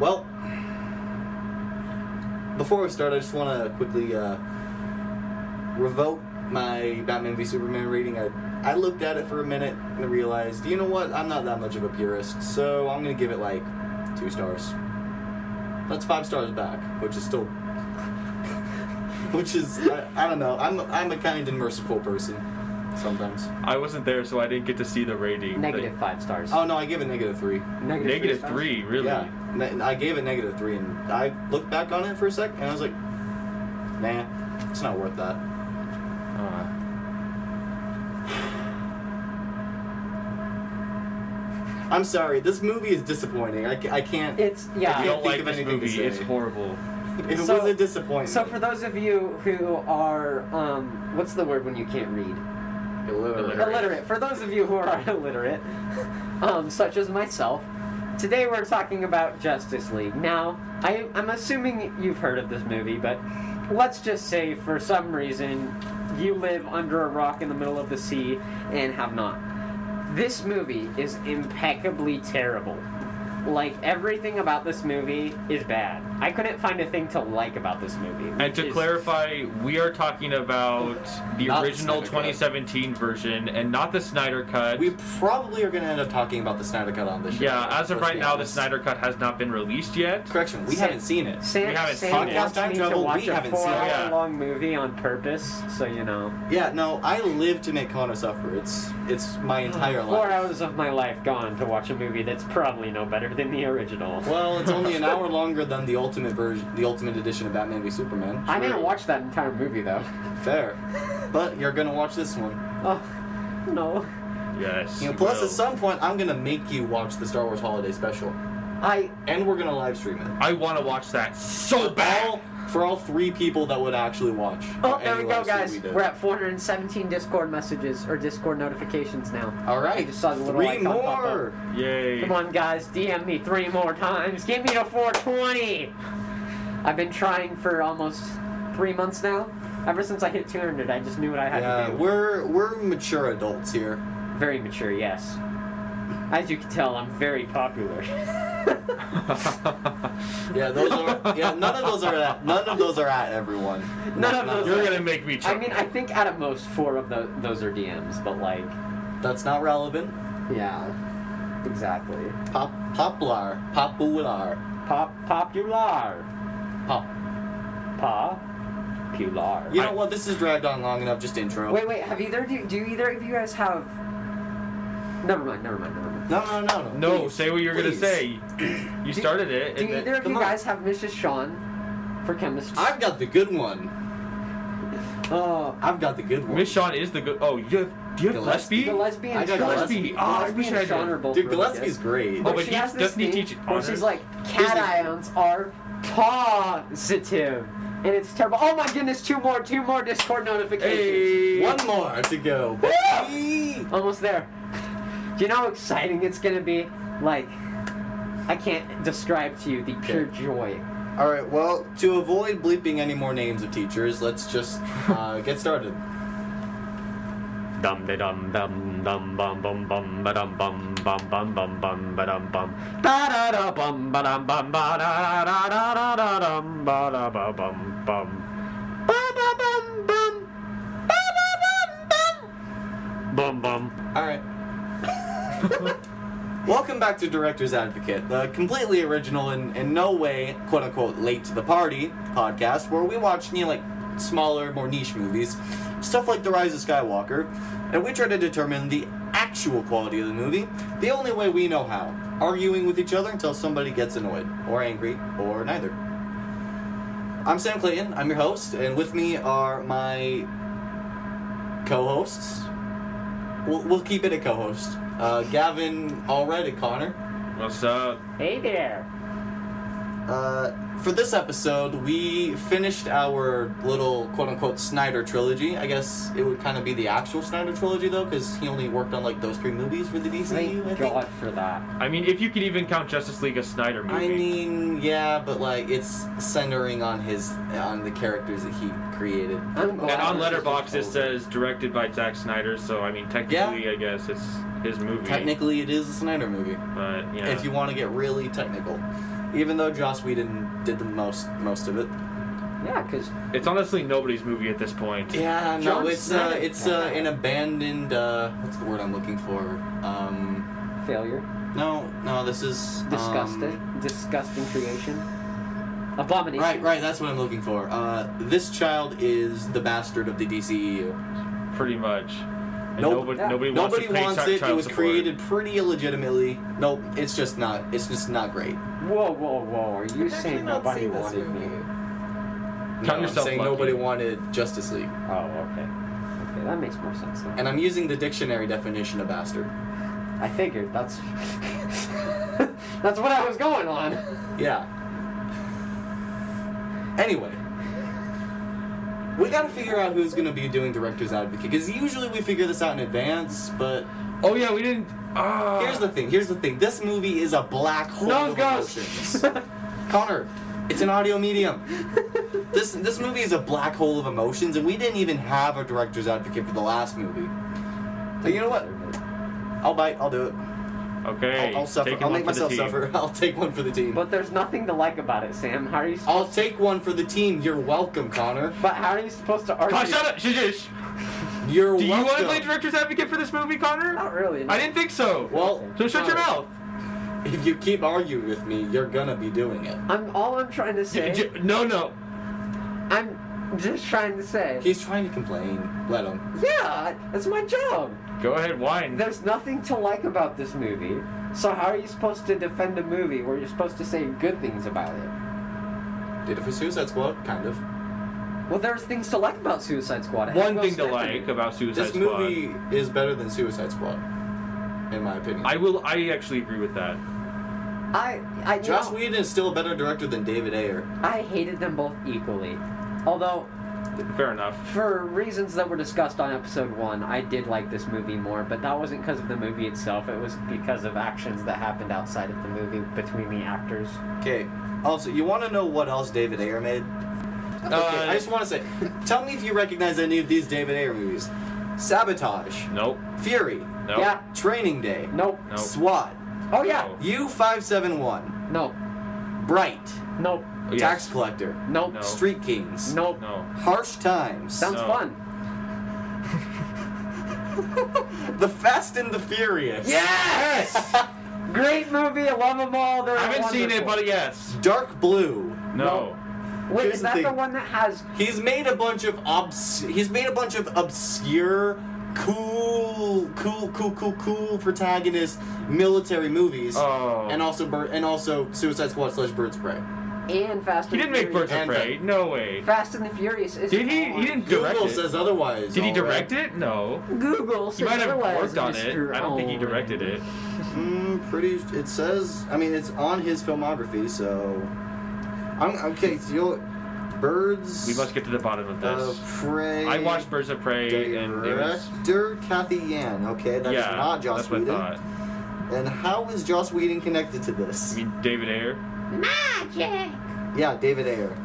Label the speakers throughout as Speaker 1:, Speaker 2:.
Speaker 1: Well, before we start, I just want to quickly uh, revoke my Batman v Superman rating. I, I looked at it for a minute and realized, you know what? I'm not that much of a purist, so I'm going to give it like two stars. That's five stars back, which is still. which is, I, I don't know. I'm, I'm a kind and merciful person sometimes.
Speaker 2: I wasn't there, so I didn't get to see the rating.
Speaker 3: Negative five stars.
Speaker 1: Oh, no, I give it negative three.
Speaker 2: Like,
Speaker 3: Negative
Speaker 2: negative
Speaker 3: stars?
Speaker 2: three, really?
Speaker 1: Yeah, ne- I gave it negative three, and I looked back on it for a sec, and I was like, "Nah, it's not worth that."
Speaker 2: Uh,
Speaker 1: I'm sorry, this movie is disappointing. I, ca- I can't. It,
Speaker 3: It's
Speaker 1: I
Speaker 2: I
Speaker 3: yeah.
Speaker 1: can't
Speaker 2: don't
Speaker 1: think
Speaker 2: like
Speaker 1: of
Speaker 2: this
Speaker 1: anything to
Speaker 2: movie.
Speaker 1: say.
Speaker 2: It's horrible.
Speaker 3: So-
Speaker 1: was a disappointment.
Speaker 3: So for those of you who are, um, what's the word when you can't read?
Speaker 2: Illiterate.
Speaker 3: Illiterate. For those of you who are illiterate, um, such as myself, today we're talking about Justice League. Now, I, I'm assuming you've heard of this movie, but let's just say for some reason you live under a rock in the middle of the sea and have not. This movie is impeccably terrible. Like everything about this movie is bad. I couldn't find a thing to like about this movie.
Speaker 2: And to
Speaker 3: which is-
Speaker 2: clarify, we are talking about the
Speaker 1: Not the
Speaker 2: original
Speaker 1: Snyder Cut.
Speaker 2: 2017 version and not the Snyder Cut.
Speaker 1: we probably are going to end up talking about the Snyder Cut on this show.
Speaker 2: yeah, as of
Speaker 1: let's
Speaker 2: right
Speaker 1: be
Speaker 2: now, the
Speaker 1: honest.
Speaker 2: Snyder Cut has not been released yet.
Speaker 1: Correction, we
Speaker 3: Sam-
Speaker 1: haven't seen it.
Speaker 3: Sam,
Speaker 2: We haven't
Speaker 3: Sam
Speaker 2: seen it.
Speaker 3: wants
Speaker 1: Podcast
Speaker 3: me
Speaker 1: travel,
Speaker 3: to watch
Speaker 1: we
Speaker 3: a
Speaker 1: haven't seen it.
Speaker 2: Yeah.
Speaker 3: four-hour-long movie on purpose, so you know,
Speaker 1: Yeah, no, I live to make Connor suffer. It's it's my entire life.
Speaker 3: four hours of my life gone to watch a movie that's probably no better than the original.
Speaker 1: Well, it's only an hour longer than the ultimate version, the ultimate edition of Batman v Superman.
Speaker 3: I didn't watch that entire movie though.
Speaker 1: Fair, but you're gonna watch this one.
Speaker 3: Oh no,
Speaker 2: Yes.
Speaker 1: You know,
Speaker 2: you
Speaker 1: plus,
Speaker 2: will.
Speaker 1: at some point, I'm gonna make you watch the Star Wars Holiday Special.
Speaker 3: I
Speaker 1: and we're gonna live stream it.
Speaker 2: I want to watch that so
Speaker 1: For all
Speaker 2: bad.
Speaker 1: for all three people that would actually watch.
Speaker 3: oh
Speaker 1: any
Speaker 3: there we go,
Speaker 1: live stream
Speaker 3: guys.
Speaker 1: we
Speaker 3: We
Speaker 1: did.
Speaker 3: are at 417 Discord messages or Discord notifications now.
Speaker 1: all right.
Speaker 3: I just saw the little
Speaker 1: three
Speaker 3: icon pop up.
Speaker 1: more.
Speaker 2: Yay.
Speaker 3: Come on, guys, DM me three more times. Get me to 420. I've been trying for almost three months now. Ever since I hit 200, I just knew what I had
Speaker 1: Yeah,
Speaker 3: to do.
Speaker 1: we're we're mature adults here.
Speaker 3: Very mature, yes. As you can tell, I'm very popular.
Speaker 1: Yeah, those are. yeah, none of those are at. None of those are at everyone.
Speaker 3: None of those
Speaker 2: You're gonna make me.
Speaker 3: I
Speaker 2: Chuckle.
Speaker 3: mean, I think at at most four of tho- those are DMs, but like,
Speaker 1: That's not relevant.
Speaker 3: yeah, exactly.
Speaker 1: Pop poplar popular
Speaker 3: Pop popular,
Speaker 1: pop.
Speaker 3: pa, pular.
Speaker 1: You know what? This is dragged on long enough. Just intro.
Speaker 3: Wait, wait. Have either do do either of you guys have? Never mind. Never mind. Never mind.
Speaker 1: No, no, no, no.
Speaker 2: no,
Speaker 1: please,
Speaker 2: say what you're
Speaker 1: please.
Speaker 2: gonna say. You started it.
Speaker 3: Do
Speaker 2: and then-
Speaker 3: either of
Speaker 1: come
Speaker 3: you
Speaker 1: on.
Speaker 3: guys have Mrs. Sean for chemistry?
Speaker 1: I've got the good one.
Speaker 3: Oh,
Speaker 1: I've got the good one.
Speaker 2: Miss Shawn is the good. Oh, you have. Do you have
Speaker 1: Gillespie?
Speaker 2: Gillespie?
Speaker 3: the lesbian.
Speaker 1: I got
Speaker 3: Sean-
Speaker 2: Gillespie. Ah, I wish
Speaker 3: Gillespie
Speaker 2: I
Speaker 3: and
Speaker 2: did.
Speaker 3: Sean are both
Speaker 1: Dude,
Speaker 3: really
Speaker 1: Gillespie's
Speaker 3: good.
Speaker 1: great.
Speaker 2: Oh,
Speaker 3: But
Speaker 2: but
Speaker 3: she
Speaker 2: he-
Speaker 3: has this
Speaker 2: doesn't he
Speaker 3: thing
Speaker 2: teach
Speaker 3: where she's
Speaker 2: honors?
Speaker 3: like, cations are positive, and it's terrible. Oh my goodness! Two more, two more Discord notifications.
Speaker 2: Hey.
Speaker 1: One more to go. baby.
Speaker 3: Almost there. Do you know how exciting it's gonna be? Like, I can't describe to you the pure joy.
Speaker 1: All right. Well, to avoid bleeping any more names of teachers, let's just uh, get started.
Speaker 3: Dum de dum dum dum bum bum bum ba dum bum bum bum bum bum ba dum bum da da da bum ba dum bum ba da da da da da da dum ba da ba bum bum ba ba bum bum ba ba bum bum bum bum.
Speaker 1: All right. Welcome back to Director's Advocate, the completely original and in no way "quote unquote" late to the party podcast, where we watch you know, like smaller, more niche movies, stuff like The Rise of Skywalker, and we try to determine the actual quality of the movie the only way we know how, arguing with each other until somebody gets annoyed or angry or neither. I'm Sam Clayton. I'm your host, and with me are my co-hosts. We'll, we'll keep it a co-host. Uh, Gavin, already Connor.
Speaker 2: What's up?
Speaker 3: Hey there.
Speaker 1: Uh, for this episode, we finished our little quote unquote Snyder trilogy. I guess it would kind of be the actual Snyder trilogy though, because he only worked on like those three movies for the DCU. I
Speaker 3: Thank
Speaker 1: think.
Speaker 3: God for that.
Speaker 2: I mean, if you could even count Justice League a Snyder movie.
Speaker 1: I mean, yeah, but like it's centering on his on the characters that he created.
Speaker 3: I'm glad.
Speaker 2: and on
Speaker 3: this is
Speaker 2: Letterboxd it
Speaker 3: over.
Speaker 2: says directed by Zack Snyder, so I mean technically I guess it's his movie.
Speaker 1: Technically, it is a Snyder movie.
Speaker 2: But yeah.
Speaker 1: If you want to get really technical, even though Joss Whedon did the most most of it.
Speaker 3: Yeah, because
Speaker 2: It's honestly nobody's movie at this point.
Speaker 1: Yeah, no,
Speaker 3: John
Speaker 1: it's uh,
Speaker 3: Snyder.
Speaker 1: it's uh, an abandoned. Uh, what's the word I'm looking for? Um,
Speaker 3: failure,
Speaker 1: no, no, this is um,
Speaker 3: disgusted, disgusting creation, abomination.
Speaker 1: Right, right, that's what I'm looking for. Uh, this child is the bastard of the E DCEU.
Speaker 2: Pretty much. And
Speaker 1: Nope.
Speaker 2: nobody,
Speaker 3: Yeah.
Speaker 2: nobody wants
Speaker 1: Nobody
Speaker 2: to pay
Speaker 1: wants
Speaker 2: chi-
Speaker 1: it.
Speaker 2: child
Speaker 1: It was
Speaker 2: support.
Speaker 1: created pretty illegitimately. Nope, it's just not. It's just not great.
Speaker 3: Whoa, whoa, whoa! Are
Speaker 1: I've
Speaker 3: you
Speaker 1: actually
Speaker 3: saying
Speaker 1: not
Speaker 3: nobody
Speaker 1: seen this
Speaker 3: wanted
Speaker 1: movie.
Speaker 3: me?
Speaker 1: No,
Speaker 2: Count
Speaker 1: I'm
Speaker 2: yourself
Speaker 1: saying
Speaker 2: lucky.
Speaker 1: nobody wanted Justice League,
Speaker 3: Oh, okay. Okay, that makes more sense then.
Speaker 1: and I'm using the dictionary definition of bastard.
Speaker 3: I figured that's that's what I was going on.
Speaker 1: Yeah. Anyway, we gotta figure out who's gonna be doing director's advocate because usually we figure this out in advance. But
Speaker 2: Oh yeah, we didn't Ah.
Speaker 1: here's the thing. Here's the thing. This movie is a black hole
Speaker 3: Nose
Speaker 1: of
Speaker 3: goes.
Speaker 1: emotions. Connor, it's an audio medium. This this movie is a black hole of emotions, and we didn't even have a director's advocate for the last movie. But you know what? I'll bite. I'll do it.
Speaker 2: Okay.
Speaker 1: I'll, I'll suffer.
Speaker 2: taking
Speaker 1: I'll
Speaker 2: one
Speaker 1: make
Speaker 2: for the
Speaker 1: myself
Speaker 2: team.
Speaker 1: suffer. I'll take one for the team.
Speaker 3: But there's nothing to like about it, Sam. How are you?
Speaker 2: Oh.
Speaker 1: I'll take one for the team. You're welcome, Connor.
Speaker 3: But how are you supposed to argue?
Speaker 2: Gosh, Ah, shut up. Shh, shh, shh.
Speaker 1: You're
Speaker 2: Do you
Speaker 1: welcome.
Speaker 2: want to play director's advocate for this movie, Connor?
Speaker 3: Not really. no.
Speaker 2: I didn't think so.
Speaker 1: Well,
Speaker 2: so shut your mouth.
Speaker 1: if you keep arguing with me, you're gonna be doing it.
Speaker 3: I'm all I'm trying to
Speaker 2: J-
Speaker 3: say.
Speaker 2: j- no, no.
Speaker 3: I'm just trying to say.
Speaker 1: He's trying to complain. Let him.
Speaker 3: yeah, that's my job.
Speaker 2: Go ahead, whine.
Speaker 3: There's nothing to like about this movie. So how are you supposed to defend a movie where you're supposed to say good things about it?
Speaker 1: Did it for Suicide Squad, kind of.
Speaker 3: Well, there's things to like about Suicide Squad. I
Speaker 2: One
Speaker 3: will
Speaker 2: thing to
Speaker 3: stand
Speaker 2: like
Speaker 3: it.
Speaker 2: about Suicide
Speaker 1: this
Speaker 2: Squad.
Speaker 1: movie is better than Suicide Squad, in my opinion.
Speaker 2: I will. I actually agree with that.
Speaker 3: I I you
Speaker 1: Joss
Speaker 3: know,
Speaker 1: Whedon is still a better director than David Ayer.
Speaker 3: I hated them both equally. Although,
Speaker 2: Fair enough.
Speaker 3: for reasons that were discussed on episode one, I did like this movie more, but that wasn't because of the movie itself. It was because of actions that happened outside of the movie between the actors.
Speaker 1: Okay. Also, you want to know what else David Ayer made? Okay,
Speaker 2: Uh,
Speaker 1: I just want to say, tell me if you recognize any of these David Ayer movies: Sabotage,
Speaker 2: Nope.
Speaker 1: Fury,
Speaker 2: Nope.
Speaker 3: Yeah.
Speaker 1: Training Day,
Speaker 3: Nope.
Speaker 2: Nope.
Speaker 1: SWAT,
Speaker 3: Oh yeah.
Speaker 1: U five seven one,
Speaker 3: Nope.
Speaker 1: Bright,
Speaker 3: Nope.
Speaker 2: Yes.
Speaker 1: Tax Collector,
Speaker 3: Nope.
Speaker 2: No.
Speaker 1: Street Kings,
Speaker 3: Nope.
Speaker 2: No.
Speaker 1: Harsh Times,
Speaker 3: Sounds
Speaker 2: No.
Speaker 3: fun.
Speaker 1: The Fast and the Furious,
Speaker 3: Yes! Great movie. I love them all. They're
Speaker 2: I haven't seen it,
Speaker 3: wonderful.
Speaker 2: but yes.
Speaker 1: Dark Blue.
Speaker 2: No.
Speaker 3: Wait,
Speaker 1: Here's
Speaker 3: is
Speaker 1: the
Speaker 3: that the,
Speaker 1: thing.
Speaker 3: one that has?
Speaker 1: He's made a bunch of obs. He's made a bunch of obscure, cool, cool, cool, cool, cool protagonist military movies,
Speaker 2: Oh.
Speaker 1: and also bir- and also Suicide Squad slash Birds of Prey.
Speaker 3: And Fast.
Speaker 2: He didn't
Speaker 3: and the
Speaker 2: make
Speaker 3: Furious.
Speaker 2: Birds of
Speaker 1: And
Speaker 2: Prey. No way.
Speaker 3: Fast and the Furious is.
Speaker 2: Did he? He didn't direct
Speaker 1: Google
Speaker 2: it.
Speaker 1: says otherwise.
Speaker 2: Did he
Speaker 1: all right.
Speaker 2: direct it? No.
Speaker 3: Google.
Speaker 2: He
Speaker 3: says
Speaker 2: might have
Speaker 3: otherwise,
Speaker 2: worked on it.
Speaker 3: Mr.
Speaker 2: I don't think he
Speaker 3: Owen.
Speaker 2: directed it.
Speaker 1: Mm, pretty. It says. I mean, it's on his filmography, so. I'm okay. So you'll, birds.
Speaker 2: We must get to the bottom of
Speaker 1: of
Speaker 2: this.
Speaker 1: prey.
Speaker 2: I watched Birds of Prey and it was.
Speaker 1: Director Kathy Yan. Okay, that's
Speaker 2: yeah,
Speaker 1: not Joss
Speaker 2: that's
Speaker 1: Whedon.
Speaker 2: what I thought.
Speaker 1: And how is Joss Whedon connected to
Speaker 2: I
Speaker 1: this?
Speaker 2: mean, David Ayer.
Speaker 1: Yeah, David Ayer.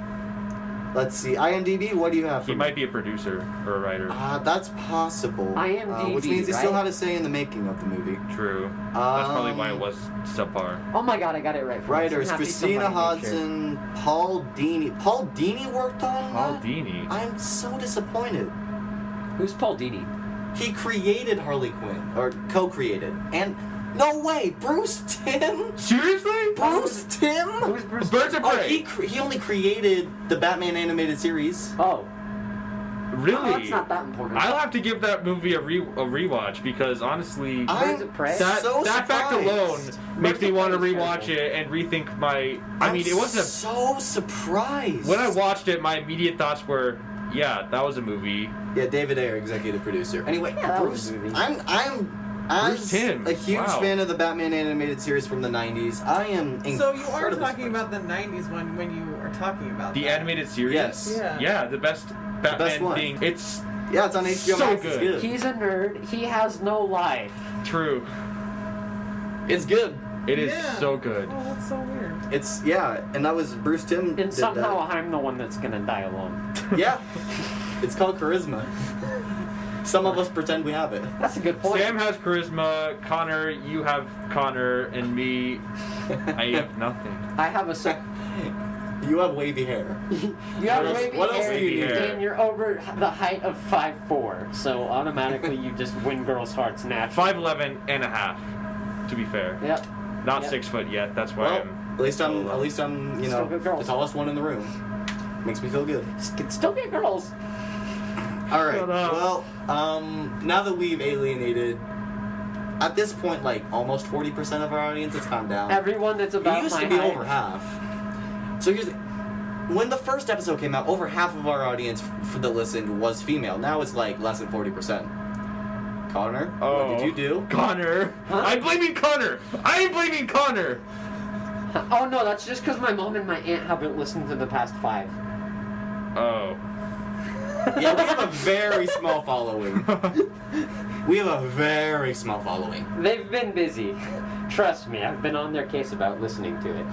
Speaker 1: Let's see. IMDb, what do you have for
Speaker 2: He
Speaker 1: me?
Speaker 2: might be a producer or a writer.
Speaker 1: Uh, that's possible. uh, which
Speaker 3: IMDb,
Speaker 1: means he still
Speaker 3: right?
Speaker 1: had a say in the making of the movie.
Speaker 2: True. That's probably why it
Speaker 1: Um,
Speaker 2: was subpar.
Speaker 3: Oh my god, I got it right. for once. I'm
Speaker 1: Writers
Speaker 3: happy
Speaker 1: Christina
Speaker 3: somebody made sure.
Speaker 1: Hodson, Paul Dini. Paul Dini worked on
Speaker 2: Paul
Speaker 1: that?
Speaker 2: Dini.
Speaker 1: I'm so disappointed.
Speaker 3: Who's Paul Dini?
Speaker 1: He created Harley Quinn, or co-created, and no way, Bruce Tim.
Speaker 2: Seriously?
Speaker 1: Bruce Tim.
Speaker 3: Who's Bruce?
Speaker 2: Birds of
Speaker 1: Oh, he,
Speaker 2: Prey.
Speaker 1: cr- he only created the Batman animated series.
Speaker 3: Oh,
Speaker 2: Really?
Speaker 3: Oh, that's not that important.
Speaker 2: I'll have to give that movie a, re- a rewatch because honestly,
Speaker 1: I'm
Speaker 3: of Prey?
Speaker 2: that,
Speaker 1: so
Speaker 2: that fact
Speaker 1: surprised.
Speaker 2: alone makes me
Speaker 3: of
Speaker 2: want to
Speaker 3: Prey is
Speaker 2: rewatch
Speaker 3: terrible.
Speaker 2: it and rethink my. I
Speaker 1: I'm
Speaker 2: mean, it wasn't. A,
Speaker 1: so surprised.
Speaker 2: when I watched it, my immediate thoughts were, "Yeah, that was a movie."
Speaker 1: yeah, David Ayer, executive producer. Anyway,
Speaker 3: Yeah, that
Speaker 1: Bruce,
Speaker 3: was a movie.
Speaker 1: I'm I'm As
Speaker 2: Tim,
Speaker 1: a huge
Speaker 2: wow.
Speaker 1: fan of the Batman animated series from the 90s, I am incredibly
Speaker 4: So you are talking
Speaker 1: surprised.
Speaker 4: about the '90s one when you are talking about
Speaker 2: The
Speaker 4: that.
Speaker 2: animated series.
Speaker 1: Yes.
Speaker 4: Yeah.
Speaker 2: Yeah, the best Batman
Speaker 1: one.
Speaker 2: thing. It's
Speaker 1: Yeah, it's on HBO
Speaker 2: So
Speaker 1: Max.
Speaker 2: good.
Speaker 1: It's good.
Speaker 3: He's a nerd. He has no life.
Speaker 2: true.
Speaker 1: It's good.
Speaker 2: It is
Speaker 4: Yeah.
Speaker 2: so good.
Speaker 4: Oh, that's so weird.
Speaker 1: It's yeah, and that was Bruce Tim.
Speaker 3: And
Speaker 1: did
Speaker 3: somehow I'm the one that's gonna die alone.
Speaker 1: that. yeah, it's called charisma. Some of us pretend we have it.
Speaker 3: That's a good point.
Speaker 2: Sam has charisma. Connor, you have Connor, and me, I have nothing.
Speaker 3: I have a sec.
Speaker 1: You have wavy hair.
Speaker 3: You have
Speaker 1: What else-
Speaker 3: wavy
Speaker 1: what else
Speaker 3: hair,
Speaker 2: do you need?
Speaker 3: and you're over the height of five four, so automatically you just win girls' hearts naturally.
Speaker 2: 5'11 and a half, to be fair.
Speaker 3: Yep.
Speaker 2: Not
Speaker 3: Yep.
Speaker 2: six foot yet. That's why
Speaker 1: Well,
Speaker 2: I'm.
Speaker 1: at least I'm at least I'm you
Speaker 3: Still
Speaker 1: know
Speaker 3: good girls.
Speaker 1: the tallest one in the room. Makes me feel good.
Speaker 3: S- Can still get girls.
Speaker 1: All right.
Speaker 2: Shut up.
Speaker 1: Well, um, now that we've alienated, at this point, like almost forty percent of our audience has calmed down.
Speaker 3: Everyone that's about
Speaker 1: it used
Speaker 3: my
Speaker 1: to be
Speaker 3: height.
Speaker 1: over half. So here's the, when the first episode came out, over half of our audience f- for the listened was female. Now it's like less than forty percent. Connor,
Speaker 2: Oh,
Speaker 1: what did you do?
Speaker 2: Connor.
Speaker 3: Huh?
Speaker 2: I'm blaming Connor. I'm blaming Connor.
Speaker 3: Oh no, that's just because my mom and my aunt haven't listened to the past five.
Speaker 2: Oh.
Speaker 1: yeah, we have a very small following. We have a very small following.
Speaker 3: They've been busy. Trust me, I've been on their case about listening to it.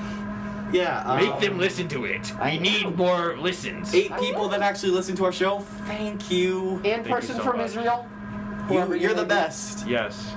Speaker 1: Yeah, um,
Speaker 2: Make them listen to it.
Speaker 3: I-
Speaker 2: We need more listens.
Speaker 1: Eight people that actually listen to our show. Thank you.
Speaker 3: And
Speaker 2: Thank you
Speaker 3: person
Speaker 2: so
Speaker 3: from
Speaker 2: much.
Speaker 3: Israel,
Speaker 1: you
Speaker 3: whoever
Speaker 1: you're
Speaker 3: may
Speaker 1: the
Speaker 3: be,
Speaker 1: best.
Speaker 2: Yes.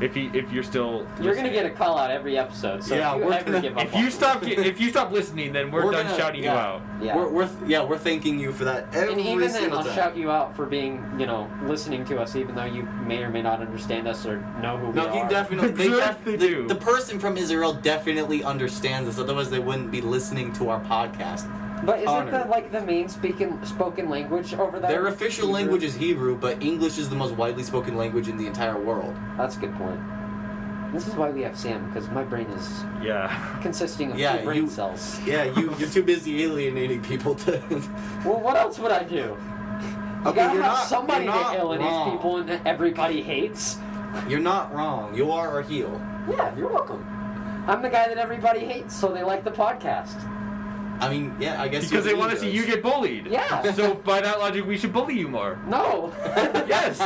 Speaker 2: If you if you're still
Speaker 3: You're gonna
Speaker 2: listening.
Speaker 3: get a call out every episode. So
Speaker 1: Yeah,
Speaker 3: if you
Speaker 1: we're
Speaker 3: ever
Speaker 1: gonna-
Speaker 3: give up,
Speaker 2: If
Speaker 3: on
Speaker 2: you
Speaker 3: me-
Speaker 2: stop get- if you stop listening, then we're,
Speaker 1: We're
Speaker 2: done
Speaker 1: gonna-
Speaker 2: shouting
Speaker 1: yeah.
Speaker 2: you out.
Speaker 3: yeah.
Speaker 1: We're, we're th- yeah, we're thanking you for that every
Speaker 3: and even then,
Speaker 1: single
Speaker 3: I'll
Speaker 1: time.
Speaker 3: shout you out for being, you know, listening to us, even though you may or may not understand us or know who
Speaker 1: No,
Speaker 3: we
Speaker 1: he
Speaker 3: are.
Speaker 1: definitely. They def-
Speaker 2: Exactly
Speaker 1: the,
Speaker 2: do.
Speaker 1: the person from Israel definitely understands us. Otherwise, they wouldn't be listening to our podcast.
Speaker 3: But isn't
Speaker 1: Honored.
Speaker 3: that like the main speaking spoken language over there?
Speaker 1: Their official
Speaker 3: Hebrew?
Speaker 1: language is Hebrew, but English is the most widely spoken language in the entire world.
Speaker 3: That's a good point. This is why we have Sam because my brain is
Speaker 2: Yeah.
Speaker 3: consisting of
Speaker 1: Yeah,
Speaker 3: two brain
Speaker 1: you-
Speaker 3: cells.
Speaker 1: Yeah, you you're too busy alienating people to.
Speaker 3: Well, what else would I do? You
Speaker 1: Okay,
Speaker 3: gotta
Speaker 1: you're
Speaker 3: have
Speaker 1: not-
Speaker 3: somebody
Speaker 1: you're not
Speaker 3: to alienate
Speaker 1: wrong.
Speaker 3: people and that everybody hates.
Speaker 1: you're not wrong. You are a heel.
Speaker 3: Yeah, you're welcome. I'm the guy that everybody hates, so they like the podcast.
Speaker 1: I mean, yeah, I guess
Speaker 2: Because
Speaker 1: you're
Speaker 2: they want to
Speaker 1: the
Speaker 2: see
Speaker 1: judge.
Speaker 2: you get bullied.
Speaker 3: Yeah.
Speaker 2: So by that logic, we should bully you more.
Speaker 3: No.
Speaker 2: Yes.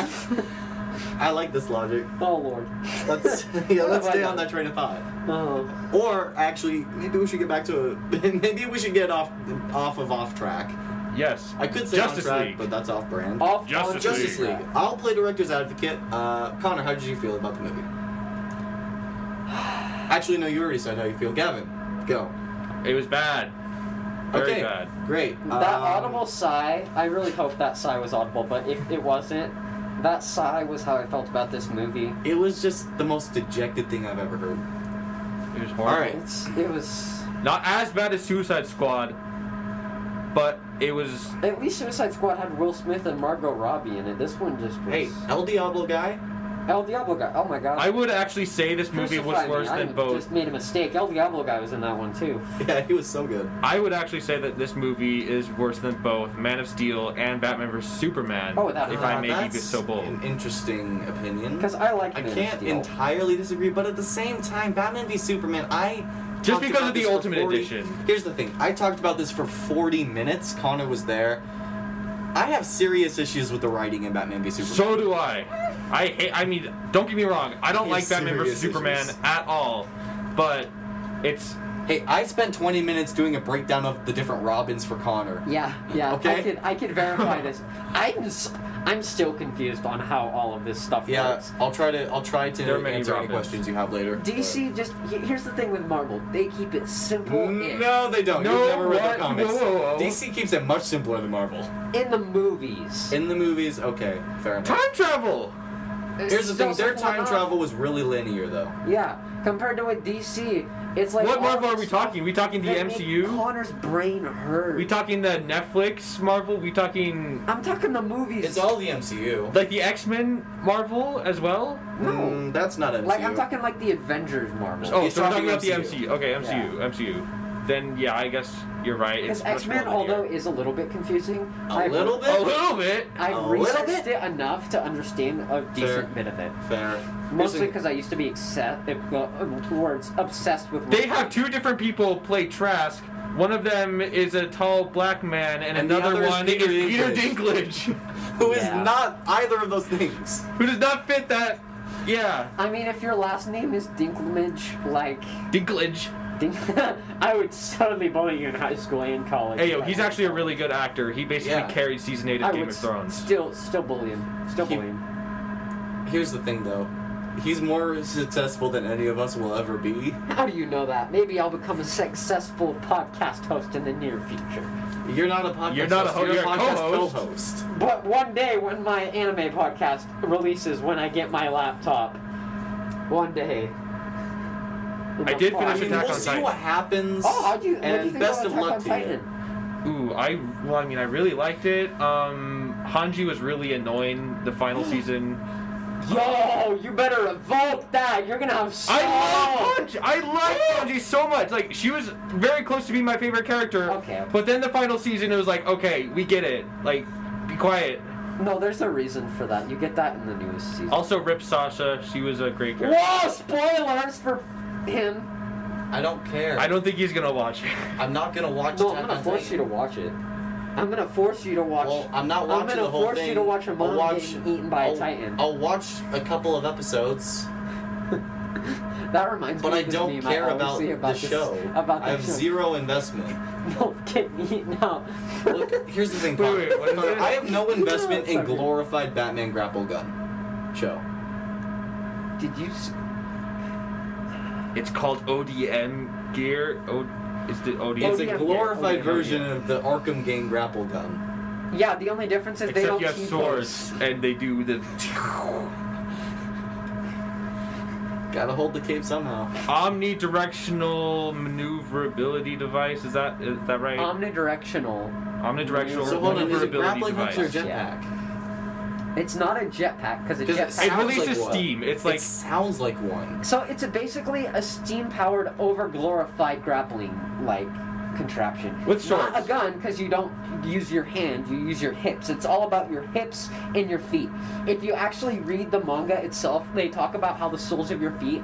Speaker 1: I like this logic.
Speaker 3: oh Lord.
Speaker 1: Let's yeah,
Speaker 3: What
Speaker 1: let's
Speaker 3: have I
Speaker 1: stay
Speaker 3: done?
Speaker 1: on that train of thought.
Speaker 3: Oh.
Speaker 1: Or actually, maybe we should get back to maybe we should get off off of off track.
Speaker 2: Yes.
Speaker 1: I could say
Speaker 2: Justice
Speaker 1: on track,
Speaker 2: League.
Speaker 1: but that's off brand.
Speaker 3: Off
Speaker 2: Justice
Speaker 3: on
Speaker 1: Justice League. I'll play director's advocate. Uh, Connor, how did you feel about the movie? Actually, no, you already said how you feel. Gavin, go.
Speaker 2: It was bad. Very
Speaker 1: okay,
Speaker 2: bad.
Speaker 1: great.
Speaker 3: That
Speaker 1: Um,
Speaker 3: audible sigh, I really hope that sigh was audible, but if it wasn't, that sigh was how I felt about this movie.
Speaker 1: It was just the most dejected thing I've ever heard.
Speaker 2: It was horrible.
Speaker 1: All right.
Speaker 3: It's it was
Speaker 2: Not as bad as Suicide Squad, but it was.
Speaker 3: at least Suicide Squad had Will Smith and Margot Robbie in it. This one just was
Speaker 1: Hey, El Diablo guy.
Speaker 3: El Diablo guy. Oh my god.
Speaker 2: I would actually say this movie
Speaker 3: Crucify
Speaker 2: was
Speaker 3: me,
Speaker 2: worse
Speaker 3: I
Speaker 2: than both.
Speaker 3: just made a mistake. El Diablo guy was in that one too.
Speaker 1: Yeah, he was so good.
Speaker 2: I would actually say that this movie is worse than both Man of Steel and Batman vs Superman.
Speaker 3: Oh, that-
Speaker 2: if
Speaker 1: Uh,
Speaker 2: I may be
Speaker 1: that's
Speaker 2: so bold.
Speaker 1: An interesting opinion.
Speaker 3: Because I like
Speaker 1: I
Speaker 3: Man of
Speaker 1: can't
Speaker 3: Steel.
Speaker 1: entirely disagree, but at the same time, Batman v Superman, I
Speaker 2: Just
Speaker 1: talked
Speaker 2: because
Speaker 1: about
Speaker 2: of the
Speaker 1: this for
Speaker 2: Ultimate
Speaker 1: 40
Speaker 2: Edition.
Speaker 1: Here's the thing: I talked about this for 40 minutes. Connor was there. I have serious issues with the writing in Batman v Superman.
Speaker 2: So do I. I hate. I mean, don't get me wrong. I don't
Speaker 1: He's
Speaker 2: like Batman vs
Speaker 1: serious
Speaker 2: Superman
Speaker 1: issues.
Speaker 2: at all, but it's
Speaker 1: hey, I spent 20 minutes doing a breakdown of the different Robins for Connor.
Speaker 3: Yeah, yeah.
Speaker 1: Okay.
Speaker 3: I can I can verify this. I'm s- I'm still confused on how all of this stuff
Speaker 1: Yeah,
Speaker 3: works.
Speaker 1: I'll try to I'll try to
Speaker 2: There are many
Speaker 1: answer any
Speaker 2: Robins.
Speaker 1: questions you have later.
Speaker 3: DC
Speaker 2: Uh,
Speaker 3: just he- here's the thing with Marvel. They keep it simple. in-
Speaker 1: No, they don't.
Speaker 2: No,
Speaker 1: You've never read
Speaker 2: what?
Speaker 1: the comics.
Speaker 2: Whoa.
Speaker 1: DC keeps it much simpler than Marvel.
Speaker 3: in the movies.
Speaker 1: In the movies, okay, fair enough.
Speaker 2: time travel.
Speaker 3: It's
Speaker 1: Here's the
Speaker 3: still
Speaker 1: thing: their
Speaker 3: simple
Speaker 1: time
Speaker 3: enough.
Speaker 1: travel was really linear, though.
Speaker 3: Yeah, compared to with DC, it's like
Speaker 2: what
Speaker 3: all
Speaker 2: Marvel are we
Speaker 3: this stuff
Speaker 2: talking? we talking the
Speaker 3: that made
Speaker 2: MCU?
Speaker 3: Connor's brain hurt.
Speaker 2: We talking the Netflix Marvel? We talking
Speaker 3: I'm talking the movies.
Speaker 1: It's all the MCU.
Speaker 2: like the X Men Marvel as well?
Speaker 3: no.
Speaker 1: Mm, that's not MCU.
Speaker 3: Like I'm talking like the Avengers Marvel.
Speaker 2: Oh,
Speaker 1: He's
Speaker 2: so we're
Speaker 1: talking
Speaker 2: talking about the
Speaker 1: MCU.
Speaker 2: MCU. Okay, MCU, MCU. Then yeah, I guess you're right. It's
Speaker 3: Because
Speaker 2: much
Speaker 3: X Men,
Speaker 2: more linear.
Speaker 3: although is a little bit confusing,
Speaker 1: A
Speaker 3: I've-
Speaker 1: little bit?
Speaker 2: a little bit.
Speaker 3: I've
Speaker 1: A little
Speaker 3: researched
Speaker 1: bit?
Speaker 3: it enough to understand a decent
Speaker 1: Fair.
Speaker 3: bit of it.
Speaker 1: Fair.
Speaker 3: Mostly
Speaker 1: an-
Speaker 3: because I used to be obsessed, words um, obsessed with.
Speaker 2: They have two different people play Trask. One of them is a tall black man, and,
Speaker 1: And the
Speaker 2: another
Speaker 1: other is
Speaker 2: one
Speaker 1: Peter
Speaker 2: is Peter
Speaker 1: Dinklage.
Speaker 2: Dinklage,
Speaker 1: Who is
Speaker 3: Yeah.
Speaker 1: not either of those things?
Speaker 2: who does not fit that. Yeah,
Speaker 3: I mean, if your last name is Dinklage, like
Speaker 2: Dinklage.
Speaker 3: Dink, I would totally bully you in high school and college.
Speaker 2: Hey yo,
Speaker 3: But
Speaker 2: he's actually a really good actor. He basically
Speaker 1: Yeah.
Speaker 2: carried season eight of
Speaker 3: I
Speaker 2: Game
Speaker 3: would
Speaker 2: of Thrones.
Speaker 3: still still bully him. Still
Speaker 1: He-
Speaker 3: bully him.
Speaker 1: Here's the thing, though. He's more successful than any of us will ever be.
Speaker 3: How do you know that? Maybe I'll become a successful podcast host in the near future.
Speaker 1: You're not a podcast.
Speaker 2: You're not a
Speaker 1: host,
Speaker 2: ho- you're a
Speaker 1: podcast
Speaker 2: co-host.
Speaker 1: co-host.
Speaker 3: But one day when my anime podcast releases, when I get my laptop, one day.
Speaker 2: I did
Speaker 3: Fuck.
Speaker 1: I
Speaker 2: finish
Speaker 1: mean,
Speaker 2: Attack
Speaker 1: we'll
Speaker 2: on
Speaker 1: see
Speaker 2: Titan.
Speaker 1: what happens.
Speaker 3: Oh, how do you? what do you
Speaker 1: And
Speaker 3: think
Speaker 1: best of
Speaker 3: about Attack
Speaker 1: luck
Speaker 3: on
Speaker 1: to
Speaker 3: Titan?
Speaker 1: you.
Speaker 2: Ooh, I well, I mean, I really liked it. Um, Hanji was really annoying the final season.
Speaker 3: Yo, you better revolt that. You're gonna have so.
Speaker 2: I love Hanji. I love Hanji so much. Like she was very close to being my favorite character.
Speaker 3: Okay.
Speaker 2: But then the final season, it was like, okay, we get it. Like, be quiet.
Speaker 3: No, there's a reason for that. You get that in the newest season.
Speaker 2: Also, rip Sasha. She was a great character.
Speaker 3: Whoa! Spoilers for him.
Speaker 1: I don't care.
Speaker 2: I don't think he's gonna watch it.
Speaker 1: I'm not gonna watch.
Speaker 3: No,
Speaker 1: Attack
Speaker 3: I'm gonna
Speaker 1: on
Speaker 3: force
Speaker 1: Titan.
Speaker 3: you to watch it. I'm gonna force you to watch.
Speaker 1: Well, I'm not
Speaker 3: I'm
Speaker 1: watching
Speaker 3: gonna
Speaker 1: the whole
Speaker 3: force
Speaker 1: thing.
Speaker 3: you to watch a
Speaker 1: I'll
Speaker 3: mom
Speaker 1: watch-
Speaker 3: getting eaten by a
Speaker 1: I'll-
Speaker 3: titan.
Speaker 1: I'll watch a couple of episodes.
Speaker 3: that reminds
Speaker 1: But
Speaker 3: me.
Speaker 1: I
Speaker 3: of this
Speaker 1: don't
Speaker 3: meme I
Speaker 1: care
Speaker 3: always
Speaker 1: about,
Speaker 3: see about
Speaker 1: the
Speaker 3: this-
Speaker 1: show.
Speaker 3: About the
Speaker 1: I have
Speaker 3: show.
Speaker 1: zero investment.
Speaker 3: Don't get me now.
Speaker 1: Look, here's the thing,
Speaker 2: Wait,
Speaker 1: Connor.
Speaker 2: wait, what is
Speaker 1: Connor,
Speaker 2: it?
Speaker 1: I have no investment in
Speaker 3: Sorry.
Speaker 1: glorified Batman grapple gun show.
Speaker 3: Did you? s-
Speaker 2: It's called ODM gear. O- it's oh, the ODM.
Speaker 1: It's a
Speaker 3: ODM.
Speaker 1: glorified
Speaker 3: ODM.
Speaker 1: version of the Arkham game grapple gun.
Speaker 3: Yeah. The only difference is they
Speaker 2: Except
Speaker 3: don't
Speaker 2: you have
Speaker 3: keep
Speaker 2: swords, and they do the.
Speaker 1: Gotta hold the cape somehow.
Speaker 2: omnidirectional maneuverability device. Is that is that right?
Speaker 3: those. Omnidirectional.
Speaker 2: omnidirectional
Speaker 1: So hold on, is it
Speaker 2: maneuverability
Speaker 1: grappling hooks or
Speaker 2: device.
Speaker 1: jetpack?
Speaker 3: Yeah. It's not a jetpack because a
Speaker 1: 'Cause
Speaker 3: jetpack.
Speaker 2: It
Speaker 1: sounds
Speaker 2: releases
Speaker 1: one.
Speaker 2: steam. It's like-
Speaker 1: it sounds like one.
Speaker 3: So it's a basically a steam-powered, over-glorified grappling-like contraption.
Speaker 2: With
Speaker 3: Not
Speaker 2: swords.
Speaker 3: a gun, because you don't use your hand; you use your hips. It's all about your hips and your feet. If you actually read the manga itself, they talk about how the soles of your feet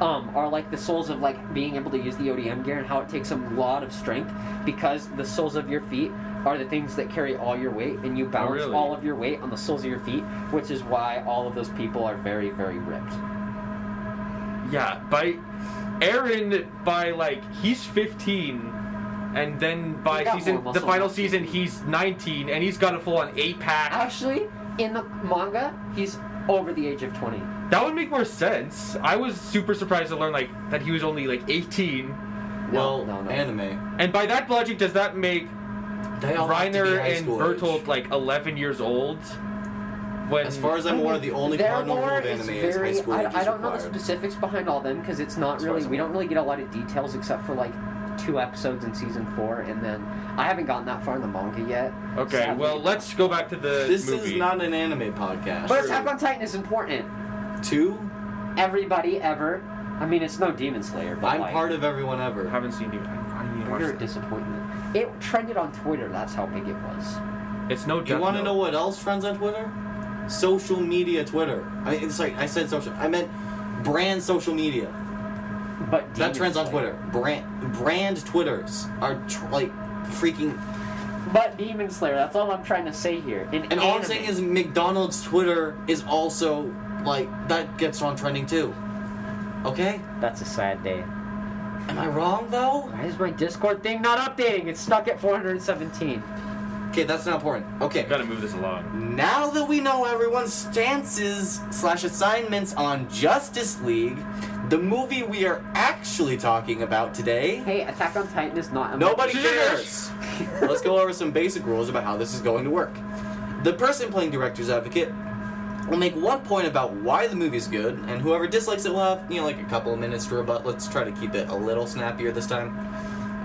Speaker 3: um, are like the soles of like being able to use the ODM gear and how it takes a lot of strength because the soles of your feet are the things that carry all your weight, and you balance
Speaker 2: Oh, really?
Speaker 3: all of your weight on the soles of your feet, which is why all of those people are very, very ripped.
Speaker 2: Yeah, by Aaron by like he's 15 and then by
Speaker 3: He got
Speaker 2: season
Speaker 3: more
Speaker 2: the
Speaker 3: muscle
Speaker 2: final
Speaker 3: mass.
Speaker 2: season he's 19 and he's got a full on 8 pack.
Speaker 3: Actually, in the manga, he's over the age of 20.
Speaker 2: that would make more sense. I was super surprised to learn like that he was only like 18.
Speaker 1: well,
Speaker 3: no, no.
Speaker 1: anime.
Speaker 2: And by that logic does that make
Speaker 1: They all have to be
Speaker 2: Reiner
Speaker 1: high
Speaker 2: and
Speaker 1: school
Speaker 2: Bertolt
Speaker 1: age.
Speaker 2: like 11 years old? When
Speaker 1: As far as
Speaker 3: I
Speaker 1: I'm
Speaker 3: mean,
Speaker 1: aware, the only
Speaker 3: their
Speaker 1: cardinal rule
Speaker 3: lore
Speaker 1: of
Speaker 3: is
Speaker 1: anime is high school
Speaker 3: I,
Speaker 1: age
Speaker 3: I
Speaker 1: is
Speaker 3: don't know the
Speaker 1: required.
Speaker 3: specifics behind all them because it's not
Speaker 1: As far
Speaker 3: really.
Speaker 1: as I'm
Speaker 3: We don't
Speaker 1: aware.
Speaker 3: really get a lot of details except for like two episodes in season four, and then I haven't gotten that far in the manga yet.
Speaker 2: Okay,
Speaker 3: sadly.
Speaker 2: well, let's go back to the
Speaker 1: This
Speaker 2: movie.
Speaker 1: is not an anime podcast.
Speaker 3: But Attack on Titan is important.
Speaker 1: Two.
Speaker 3: Everybody ever. I mean, it's no Demon Slayer, but
Speaker 1: I'm
Speaker 3: like,
Speaker 1: part of everyone
Speaker 2: I
Speaker 1: ever.
Speaker 2: haven't seen you. I need to watch
Speaker 3: you're a
Speaker 2: that.
Speaker 3: disappointment. It trended on Twitter. That's how big it was.
Speaker 2: It's no.
Speaker 1: You
Speaker 2: Death
Speaker 1: want to
Speaker 2: Note.
Speaker 1: know what else trends on Twitter? Social media Twitter. I mean, it's like I said social. I meant brand social media.
Speaker 3: But Demon
Speaker 1: that trends on
Speaker 3: Slayer-
Speaker 1: Twitter. Brand brand Twitters are tr- like freaking.
Speaker 3: But Demon Slayer. That's all I'm trying to say here. In
Speaker 1: And all I'm
Speaker 3: anime.
Speaker 1: saying is McDonald's Twitter is also like that gets on trending too. Okay,
Speaker 3: That's a sad day.
Speaker 1: am I wrong though?
Speaker 3: Why is my Discord thing not updating? It's stuck at 417.
Speaker 1: Okay, that's not important. Okay.
Speaker 2: Gotta move this along.
Speaker 1: Now that we know everyone's stances slash assignments on Justice League, the movie we are actually talking about today,
Speaker 3: Hey, Attack on Titan is not. a-
Speaker 1: nobody
Speaker 2: Jesus.
Speaker 1: cares. Let's go over some basic rules about how this is going to work. The person playing Director's Advocate will make one point about why the movie's good, and whoever dislikes it will have, you know, like a couple of minutes to rebut. Let's try to keep it a little snappier this time.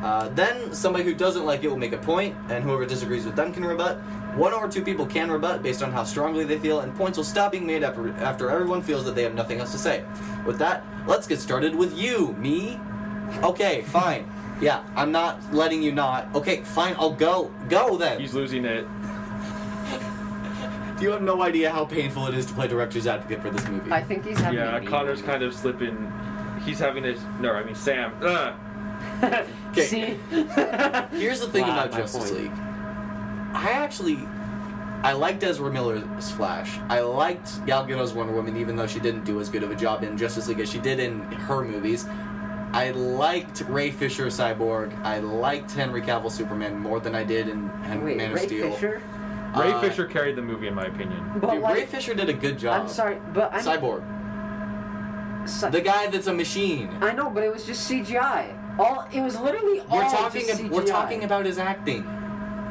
Speaker 1: Uh, then somebody who doesn't like it will make a point, and whoever disagrees with them can rebut. One or two people can rebut based on how strongly they feel, and points will stop being made after, after everyone feels that they have nothing else to say. With that, let's get started with you, me. Okay, fine. Yeah, I'm not letting you not. Okay, fine, I'll go. Go then.
Speaker 2: He's losing it.
Speaker 1: You have no idea how painful it is to play director's advocate for this movie.
Speaker 3: I think he's having.
Speaker 2: Yeah, Connor's kind of slipping. He's having his. No, I mean Sam. Uh, Ugh.
Speaker 3: of.
Speaker 1: 'Kay.
Speaker 3: See.
Speaker 1: Here's the thing
Speaker 3: Wow,
Speaker 1: about
Speaker 3: my
Speaker 1: Justice
Speaker 3: point.
Speaker 1: League. I actually, I liked Ezra Miller's Flash. I liked Gal Gadot's Wonder Woman, even though she didn't do as good of a job in Justice League as she did in her movies. I liked Ray Fisher Cyborg. I liked Henry Cavill Superman more than I did in Hen-
Speaker 3: Wait,
Speaker 1: Man of
Speaker 3: Ray
Speaker 1: Steel.
Speaker 3: Fisher.
Speaker 2: Ray
Speaker 1: Uh,
Speaker 2: Fisher carried the movie, in my opinion.
Speaker 3: But
Speaker 1: Dude,
Speaker 3: like,
Speaker 1: Ray Fisher did a good job.
Speaker 3: I'm sorry, but I'm
Speaker 1: Cyborg,
Speaker 3: Cy-
Speaker 1: the guy that's a machine.
Speaker 3: I know, but it was just CGI. All it was literally all
Speaker 1: We're talking.
Speaker 3: just
Speaker 1: ab-
Speaker 3: CGI.
Speaker 1: We're talking about his acting.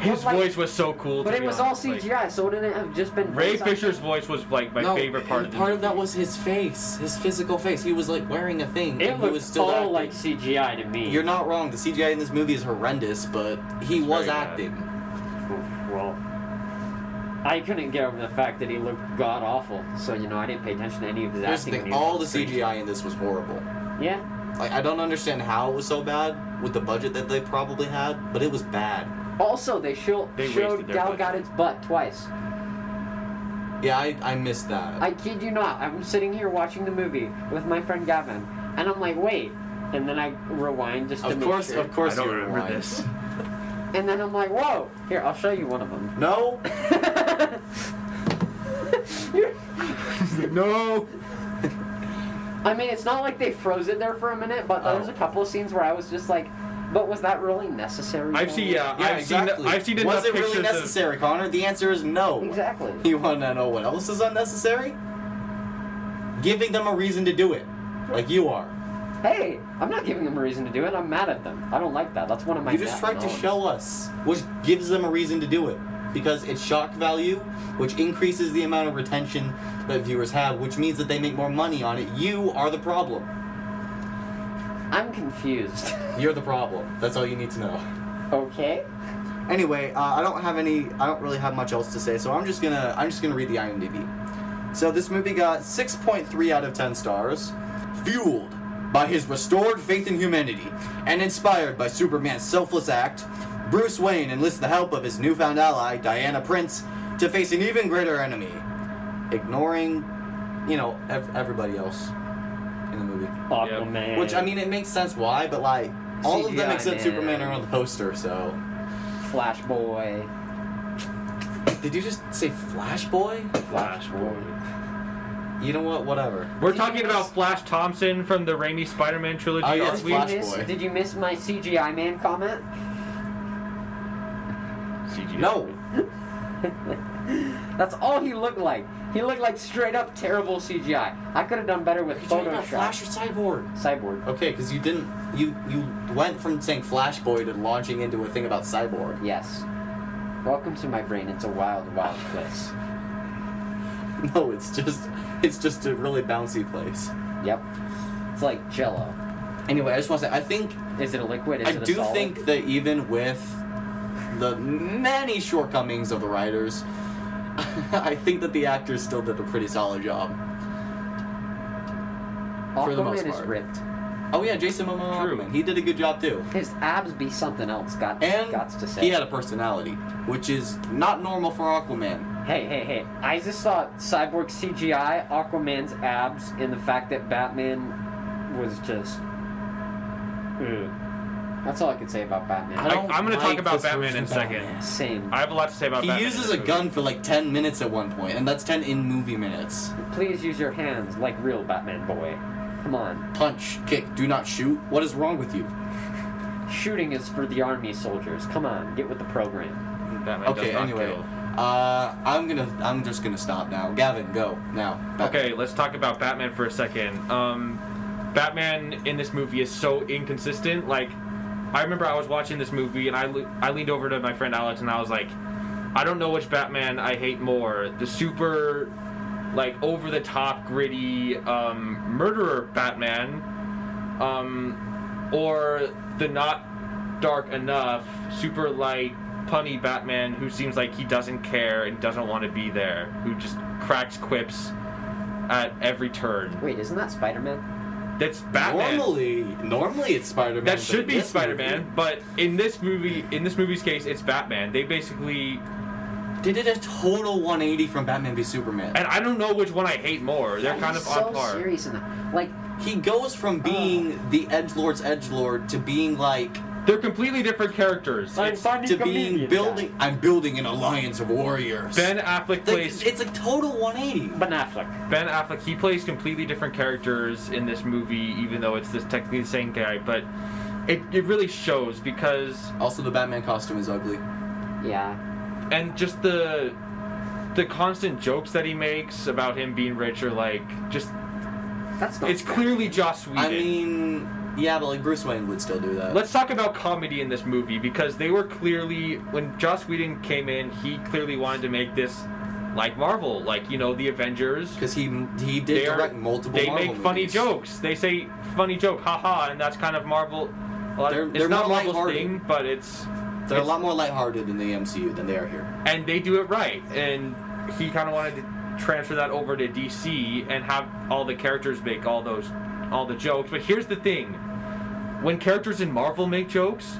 Speaker 2: His
Speaker 3: like-
Speaker 2: voice was so cool.
Speaker 3: But
Speaker 2: to
Speaker 3: it
Speaker 2: be
Speaker 3: was all
Speaker 2: honest, like,
Speaker 3: CGI, so wouldn't it have just been
Speaker 2: Ray
Speaker 3: voice acting?
Speaker 2: Fisher's voice was like my
Speaker 1: no,
Speaker 2: favorite part of the
Speaker 1: part of
Speaker 2: movie.
Speaker 1: that was his face, his physical face. He was like wearing a thing.
Speaker 3: It
Speaker 1: and he
Speaker 3: looked
Speaker 1: was still
Speaker 3: all
Speaker 1: acting.
Speaker 3: like CGI to me.
Speaker 1: You're not wrong. The CGI in this movie is horrendous, but he
Speaker 2: It's
Speaker 1: was
Speaker 2: very bad.
Speaker 1: acting.
Speaker 3: well. I couldn't get over the fact that he looked god awful, so you know I didn't pay attention to any of his
Speaker 1: Here's the
Speaker 3: acting. when
Speaker 1: thing:
Speaker 3: he was
Speaker 1: all
Speaker 3: on
Speaker 1: the
Speaker 3: screen.
Speaker 1: CGI in this was horrible.
Speaker 3: Yeah,
Speaker 1: Like I don't understand how it was so bad with the budget that they probably had, but it was bad.
Speaker 3: Also, they, show,
Speaker 2: They
Speaker 3: showed
Speaker 2: wasted their
Speaker 3: Gal
Speaker 2: budget.
Speaker 3: Gadot's butt twice.
Speaker 1: Yeah, I, I missed that.
Speaker 3: I kid you not. I'm sitting here watching the movie with my friend Gavin, and I'm like, wait. And then I rewind just to
Speaker 1: of
Speaker 3: make
Speaker 1: course,
Speaker 3: sure.
Speaker 1: of course,
Speaker 2: I don't
Speaker 1: you're
Speaker 2: remember
Speaker 1: lying.
Speaker 2: this.
Speaker 3: And then I'm like, whoa. Here, I'll show you one of them.
Speaker 1: No,
Speaker 2: no.
Speaker 3: I mean, it's not like they froze it there for a minute, but
Speaker 1: Oh.
Speaker 3: there's a couple of scenes where I was just like, but was that really necessary?
Speaker 2: I've seen. Yeah,
Speaker 1: yeah,
Speaker 2: I've
Speaker 1: exactly.
Speaker 2: seen. I've seen enough
Speaker 1: Was it
Speaker 2: pictures
Speaker 1: really necessary, Connor? The answer is no.
Speaker 3: Exactly.
Speaker 1: You want to know what else is unnecessary? Giving them a reason to do it, like you are.
Speaker 3: Hey, I'm not giving them a reason to do it. I'm mad at them. I don't like that. That's one of my.
Speaker 1: You just tried to
Speaker 3: knowledge.
Speaker 1: show us, which gives them a reason to do it. Because it's shock value, which increases the amount of retention that viewers have, which means that they make more money on it. You are the problem.
Speaker 3: I'm confused.
Speaker 1: You're the problem. That's all you need to know.
Speaker 3: okay.
Speaker 1: Anyway, uh, I don't have any. I don't really have much else to say, so I'm just gonna. I'm just gonna read the IMDb. So this movie got 6.3 out of 10 stars, fueled by his restored faith in humanity and inspired by Superman's selfless act. Bruce Wayne enlists the help of his newfound ally, Diana Prince, to face an even greater enemy, ignoring, you know, ev- everybody else in the movie.
Speaker 3: Aquaman.
Speaker 1: Which I mean, it makes sense why, but like all of them
Speaker 3: CGI,
Speaker 1: except
Speaker 3: man.
Speaker 1: Superman are on the poster, so.
Speaker 3: Flash Boy.
Speaker 1: Did you just say Flash Boy?
Speaker 2: Flash Boy.
Speaker 1: You know what? Whatever.
Speaker 2: We're
Speaker 3: Did you
Speaker 2: talking about
Speaker 3: miss-
Speaker 2: Flash Thompson from the Raimi Spider-Man trilogy.
Speaker 1: Oh, yeah,
Speaker 2: aren't
Speaker 1: it's
Speaker 3: Did
Speaker 2: we?
Speaker 3: you,
Speaker 1: Flash
Speaker 3: miss,
Speaker 1: Boy.
Speaker 3: did you miss my CGI man comment?
Speaker 2: CGI.
Speaker 1: No.
Speaker 3: That's all he looked like. He looked like straight up terrible CGI. I could have done better with
Speaker 1: Are you talking about
Speaker 3: Photoshop.
Speaker 1: Flash or Cyborg?
Speaker 3: Cyborg.
Speaker 1: Okay, because you didn't. You you went from saying Flash Boy to launching into a thing about Cyborg.
Speaker 3: Yes. Welcome to my brain. It's a wild, wild place.
Speaker 1: No, it's just it's just a really bouncy place.
Speaker 3: Yep. It's like Jello.
Speaker 1: Anyway, I just want to say I think
Speaker 3: Is it a liquid? Is
Speaker 1: I
Speaker 3: it a
Speaker 1: do
Speaker 3: solid?
Speaker 1: think that even with the many shortcomings of the writers, I think that the actors still did a pretty solid job.
Speaker 3: Aquaman
Speaker 1: for the most
Speaker 3: is
Speaker 1: part.
Speaker 3: ripped.
Speaker 1: Oh yeah, Jason Momoa,
Speaker 2: True.
Speaker 1: Aquaman, he did a good job too.
Speaker 3: His abs be something else. Got
Speaker 1: And
Speaker 3: gots to say.
Speaker 1: he had a personality, which is not normal for Aquaman.
Speaker 3: Hey, hey, hey! I just saw Cyborg CGI, Aquaman's abs, and the fact that Batman was just. Ugh. That's all I could say about Batman.
Speaker 1: I don't
Speaker 2: I- I'm gonna talk
Speaker 1: like
Speaker 2: about
Speaker 1: this
Speaker 2: Batman
Speaker 1: version
Speaker 2: in
Speaker 1: of
Speaker 2: a second.
Speaker 1: Batman.
Speaker 3: Same.
Speaker 2: I have a lot to say about.
Speaker 1: He
Speaker 2: Batman in
Speaker 1: uses
Speaker 2: this
Speaker 1: a
Speaker 2: movie.
Speaker 1: gun for like 10 minutes at one point, and that's 10 in movie minutes.
Speaker 3: Please use your hands like real Batman boy. Come on.
Speaker 1: Punch, kick, do not shoot. What is wrong with you?
Speaker 3: Shooting is for the army soldiers. Come on, get with the program.
Speaker 2: Batman
Speaker 1: Okay,
Speaker 2: does not
Speaker 1: anyway.
Speaker 2: kill.
Speaker 1: Uh, I'm gonna, I'm just gonna stop now. Gavin, go now. Back-
Speaker 2: Okay, let's talk about Batman for a second. Um, Batman in this movie is so inconsistent. Like, I remember I was watching this movie and I, le- I leaned over to my friend Alex and I was like, I don't know which Batman I hate more. The super, like, over the top, gritty, um, murderer Batman, um, or the not dark enough, super light, punny Batman who seems like he doesn't care and doesn't want to be there, who just cracks quips at every turn.
Speaker 3: Wait, isn't that Spider Man?
Speaker 2: That's Batman.
Speaker 1: Normally, normally it's Spider-Man.
Speaker 2: That
Speaker 1: but
Speaker 2: should
Speaker 1: in
Speaker 2: be
Speaker 1: this
Speaker 2: Spider Man,
Speaker 1: movie-
Speaker 2: but in this movie, in this movie's case, it's Batman. They basically
Speaker 1: They did a total 180 from Batman v Superman.
Speaker 2: And I don't know which one I hate more. They're
Speaker 3: God,
Speaker 2: kind of
Speaker 3: he's so
Speaker 2: on par.
Speaker 3: serious in that. Like,
Speaker 1: He goes from being
Speaker 2: Oh.
Speaker 1: the edge lord's edge lord to being like
Speaker 2: They're completely different characters.
Speaker 3: I'm
Speaker 2: It's-
Speaker 3: finding
Speaker 1: to
Speaker 3: comedians,
Speaker 1: being
Speaker 3: guys.
Speaker 1: building. I'm building an alliance of warriors.
Speaker 2: ben Affleck
Speaker 1: Like,
Speaker 2: plays
Speaker 1: it's a total 180.
Speaker 3: Ben Affleck.
Speaker 2: Ben Affleck. He plays completely different characters in this movie, even though it's this technically the same guy. But it, it really shows because
Speaker 1: Also, the Batman costume is ugly.
Speaker 3: Yeah.
Speaker 2: and just the the constant jokes that he makes about him being rich or like just
Speaker 3: That's not.
Speaker 2: it's clearly Joss Whedon.
Speaker 1: I mean, yeah, but like Bruce Wayne would still do that.
Speaker 2: Let's talk about comedy in this movie because they were clearly when Joss Whedon came in, he clearly wanted to make this like Marvel, like you know the Avengers.
Speaker 1: because he he did
Speaker 2: They are-
Speaker 1: direct multiple.
Speaker 2: They
Speaker 1: Marvel
Speaker 2: make funny
Speaker 1: movies.
Speaker 2: jokes. They say funny joke, haha, and that's kind of Marvel. a lot-
Speaker 1: They're-
Speaker 2: it's
Speaker 1: they're
Speaker 2: not
Speaker 1: more
Speaker 2: Marvel's
Speaker 1: lighthearted.
Speaker 2: thing, but it's
Speaker 1: They're a
Speaker 2: it's-
Speaker 1: lot more lighthearted in the MCU than they are here.
Speaker 2: and they do it right. And he kind of wanted to transfer that over to DC and have all the characters make all those all the jokes. But here's the thing: when characters in Marvel make jokes,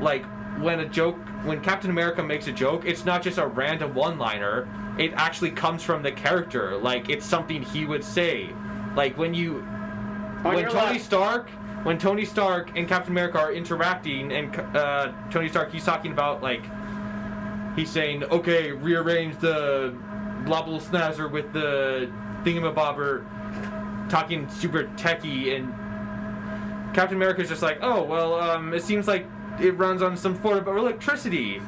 Speaker 2: like when a joke when Captain America makes a joke, it's not just a random one-liner. It actually comes from the character. Like it's something he would say. Like when you
Speaker 3: On
Speaker 2: when
Speaker 3: your
Speaker 2: Tony
Speaker 3: left.
Speaker 2: Stark, when Tony Stark and Captain America are interacting, and uh, Tony Stark, he's talking about like, he's saying, "Okay, rearrange the blobble snazzer with the thingamabobber," talking super techie, and Captain America's just like, "Oh well, um, it seems like it runs on some form of electricity."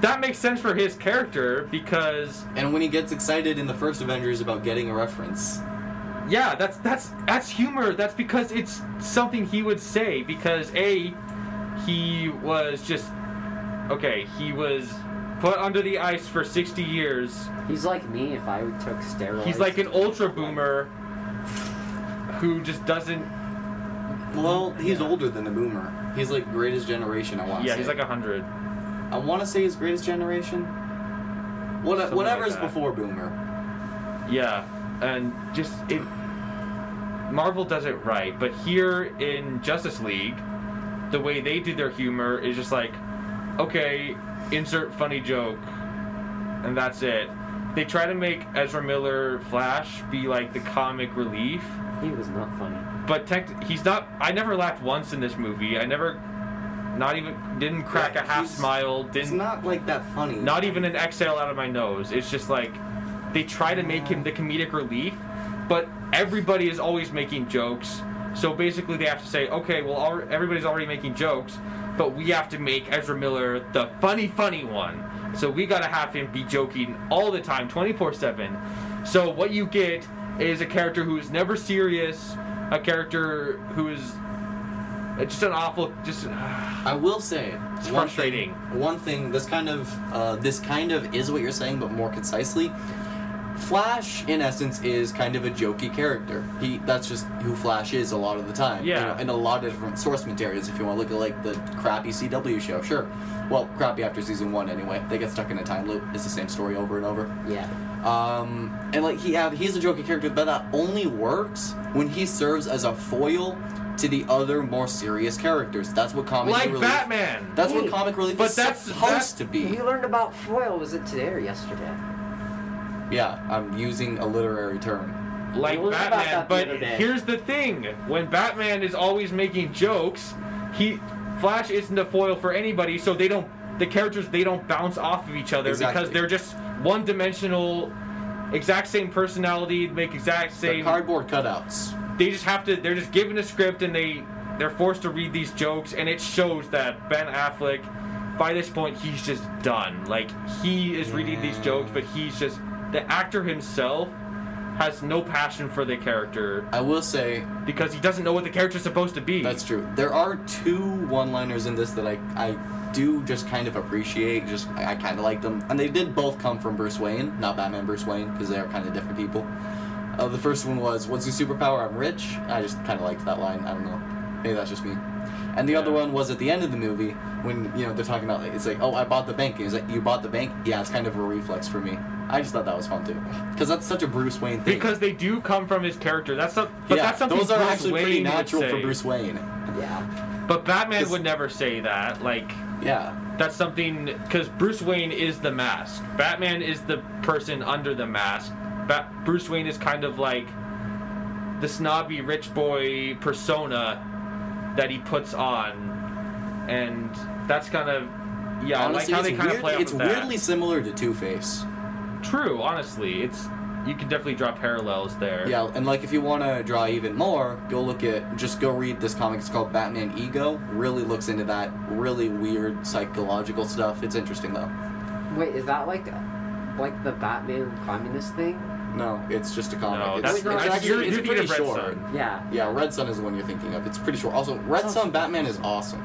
Speaker 2: That makes sense for his character because
Speaker 1: And when he gets excited in the first Avengers about getting a reference,
Speaker 2: Yeah, that's that's that's humor. That's because it's something he would say. Because a, he was just okay. He was put under the ice for sixty years.
Speaker 3: He's like me if I took steroids.
Speaker 2: He's like an ultra boomer who just doesn't.
Speaker 1: well, he's older than the Boomer. He's like greatest generation. I want.
Speaker 2: Yeah, he's like a hundred.
Speaker 1: I want to say his greatest generation. What,
Speaker 2: Something
Speaker 1: whatever's
Speaker 2: like that.
Speaker 1: before Boomer.
Speaker 2: Yeah, and just it. Marvel does it right, but here in Justice League, the way they did their humor is just like, okay, insert funny joke, and that's it. They try to make Ezra Miller Flash be like the comic relief,
Speaker 3: He was not funny.
Speaker 2: but tech- he's not. I never laughed once in this movie. I never, not even didn't crack
Speaker 1: Yeah,
Speaker 2: a half
Speaker 1: he's-
Speaker 2: smile.
Speaker 1: It's
Speaker 2: Didn't
Speaker 1: not like that funny.
Speaker 2: not even an exhale out of my nose. It's just like they try to make him the comedic relief, but everybody is always making jokes. So basically, they have to say, okay, well, al- everybody's already making jokes, but we have to make Ezra Miller the funny, funny one. So we gotta have him be joking all the time, 24 7. So what you get is a character who is never serious, a character who is uh, just an awful, just.
Speaker 1: I will say
Speaker 2: It's
Speaker 1: one
Speaker 2: frustrating.
Speaker 1: Thing, one thing, this kind of uh, this kind of is what you're saying, but more concisely. Flash, in essence, is kind of a jokey character. He that's just who Flash is a lot of the time. you
Speaker 2: Yeah.
Speaker 1: know, in a lot of different source materials. If you want to look at like the crappy CW show, sure. Well, crappy after season one anyway. They get stuck in a time loop. It's the same story over and over.
Speaker 3: Yeah.
Speaker 1: Um, and like he have, he's a jokey character, but that only works when he serves as a foil to the other more serious characters. That's what comic
Speaker 2: Like
Speaker 1: relief.
Speaker 2: Batman!
Speaker 1: That's what comic relief
Speaker 2: But
Speaker 1: is
Speaker 2: that's-
Speaker 1: supposed
Speaker 2: that's-
Speaker 1: to be.
Speaker 3: You learned about foil. Was it today or yesterday?
Speaker 1: Yeah, I'm using a literary term.
Speaker 2: like
Speaker 3: We learned about
Speaker 2: Batman.
Speaker 3: that the
Speaker 2: But
Speaker 3: other day.
Speaker 2: here's the thing: when Batman is always making jokes, he Flash isn't a foil for anybody, so they don't the characters they don't bounce off of each other because
Speaker 1: Exactly.
Speaker 2: they're just one dimensional, exact same personality, make exact
Speaker 1: They're
Speaker 2: same.
Speaker 1: cardboard cutouts.
Speaker 2: they just have to. They're just given a script and they they're forced to read these jokes, and it shows that Ben Affleck. By this point, he's just done. Like he is reading these
Speaker 1: Yeah.
Speaker 2: jokes, but he's just the actor himself has no passion for the character
Speaker 1: I will say
Speaker 2: because he doesn't know what the character's supposed to be.
Speaker 1: that's true. There are two one-liners in this that I I do just kind of appreciate. Just I, I kind of like them, and they did both come from Bruce Wayne, not Batman Bruce Wayne, because they are kind of different people. Uh, the first one was, "What's your superpower? I'm rich." I just kind of liked that line. I don't know. Maybe that's just me. And the other
Speaker 2: Yeah.
Speaker 1: one was at the end of the movie when you know they're talking about like, it's like, "Oh, I bought the bank." And he's like, "You bought the bank?" Yeah, it's kind of a reflex for me. I just thought that was fun too, because that's such a Bruce Wayne thing.
Speaker 2: because they do come from his character. That's some, but
Speaker 1: yeah,
Speaker 2: that's something
Speaker 1: those are
Speaker 2: Bruce
Speaker 1: actually
Speaker 2: Wayne
Speaker 1: pretty
Speaker 2: would
Speaker 1: natural for
Speaker 2: say.
Speaker 1: Bruce Wayne.
Speaker 3: Yeah.
Speaker 2: But Batman
Speaker 1: This-
Speaker 2: would never say that. Like
Speaker 1: Yeah.
Speaker 2: That's something because Bruce Wayne is the mask. Batman is the person under the mask. Ba- Bruce Wayne is kind of like the snobby rich boy persona that he puts on, and that's kind of yeah.
Speaker 1: Honestly,
Speaker 2: I like how they
Speaker 1: it's
Speaker 2: kind
Speaker 1: weird-
Speaker 2: of play up
Speaker 1: It's
Speaker 2: with that.
Speaker 1: weirdly similar to Two Face.
Speaker 2: True, honestly, it's you can definitely draw parallels there.
Speaker 1: Yeah, and like if you want to draw even more, go look at just go read this comic. It's called Batman Ego. Really looks into that really weird psychological stuff. It's interesting though.
Speaker 3: Wait, is that like, like the Batman communist thing?
Speaker 1: No, it's just a comic.
Speaker 2: No,
Speaker 1: it's,
Speaker 2: that's,
Speaker 3: Wait, no,
Speaker 2: that's-
Speaker 1: it's actually
Speaker 2: you're,
Speaker 1: it's
Speaker 2: you're thinking
Speaker 1: pretty
Speaker 2: of Red
Speaker 1: short.
Speaker 2: Sun.
Speaker 3: Yeah.
Speaker 1: Yeah, Red Sun is the one you're thinking of. It's pretty short. Also, Red
Speaker 3: Sounds
Speaker 1: Sun
Speaker 3: like-
Speaker 1: Batman is awesome.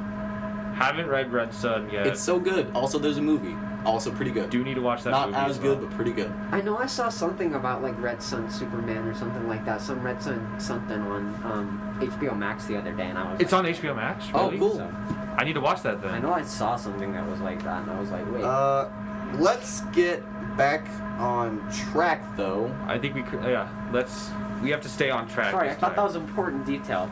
Speaker 2: Haven't read Red Sun yet.
Speaker 1: It's so good. Also, there's a movie. Also, pretty good.
Speaker 2: Do need to watch that.
Speaker 1: Not
Speaker 2: movie uh,
Speaker 1: as
Speaker 2: well.
Speaker 1: good, but pretty good.
Speaker 3: I know I saw something about like Red Sun Superman or something like that. Some Red Sun something on um, HBO Max the other day, and I was.
Speaker 2: It's
Speaker 3: like,
Speaker 2: on HBO Max.
Speaker 1: Oh,
Speaker 2: Really?
Speaker 1: cool.
Speaker 3: So,
Speaker 2: I need to watch that
Speaker 3: I
Speaker 2: then.
Speaker 3: know I saw something that was like that, and I was like, wait.
Speaker 1: Uh, let's get back on track though.
Speaker 2: I think we could. Yeah, let's. We have to stay on track.
Speaker 3: Sorry, I
Speaker 2: this
Speaker 3: thought that
Speaker 2: time.
Speaker 3: was important detail.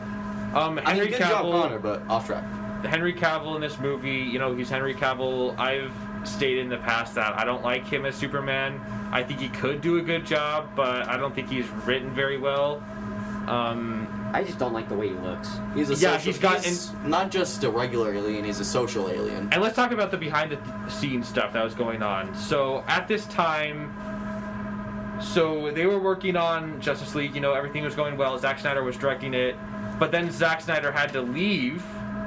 Speaker 2: Um,
Speaker 1: I mean,
Speaker 2: Henry
Speaker 1: good job,
Speaker 2: Cavill.
Speaker 1: Connor, but off track.
Speaker 2: Henry Cavill in this movie, you know, he's Henry Cavill. I've stated in the past that I don't like him as Superman. I think he could do a good job, but I don't think he's written very well. Um,
Speaker 3: I just don't like the way he looks.
Speaker 1: He's a
Speaker 2: Yeah,
Speaker 1: social,
Speaker 2: he's got-
Speaker 1: not just a regular alien. He's a social alien.
Speaker 2: and let's talk about the behind the th- scenes stuff that was going on. So at this time, so they were working on Justice League. You know, everything was going well. Zack Snyder was directing it, but then Zack Snyder had to leave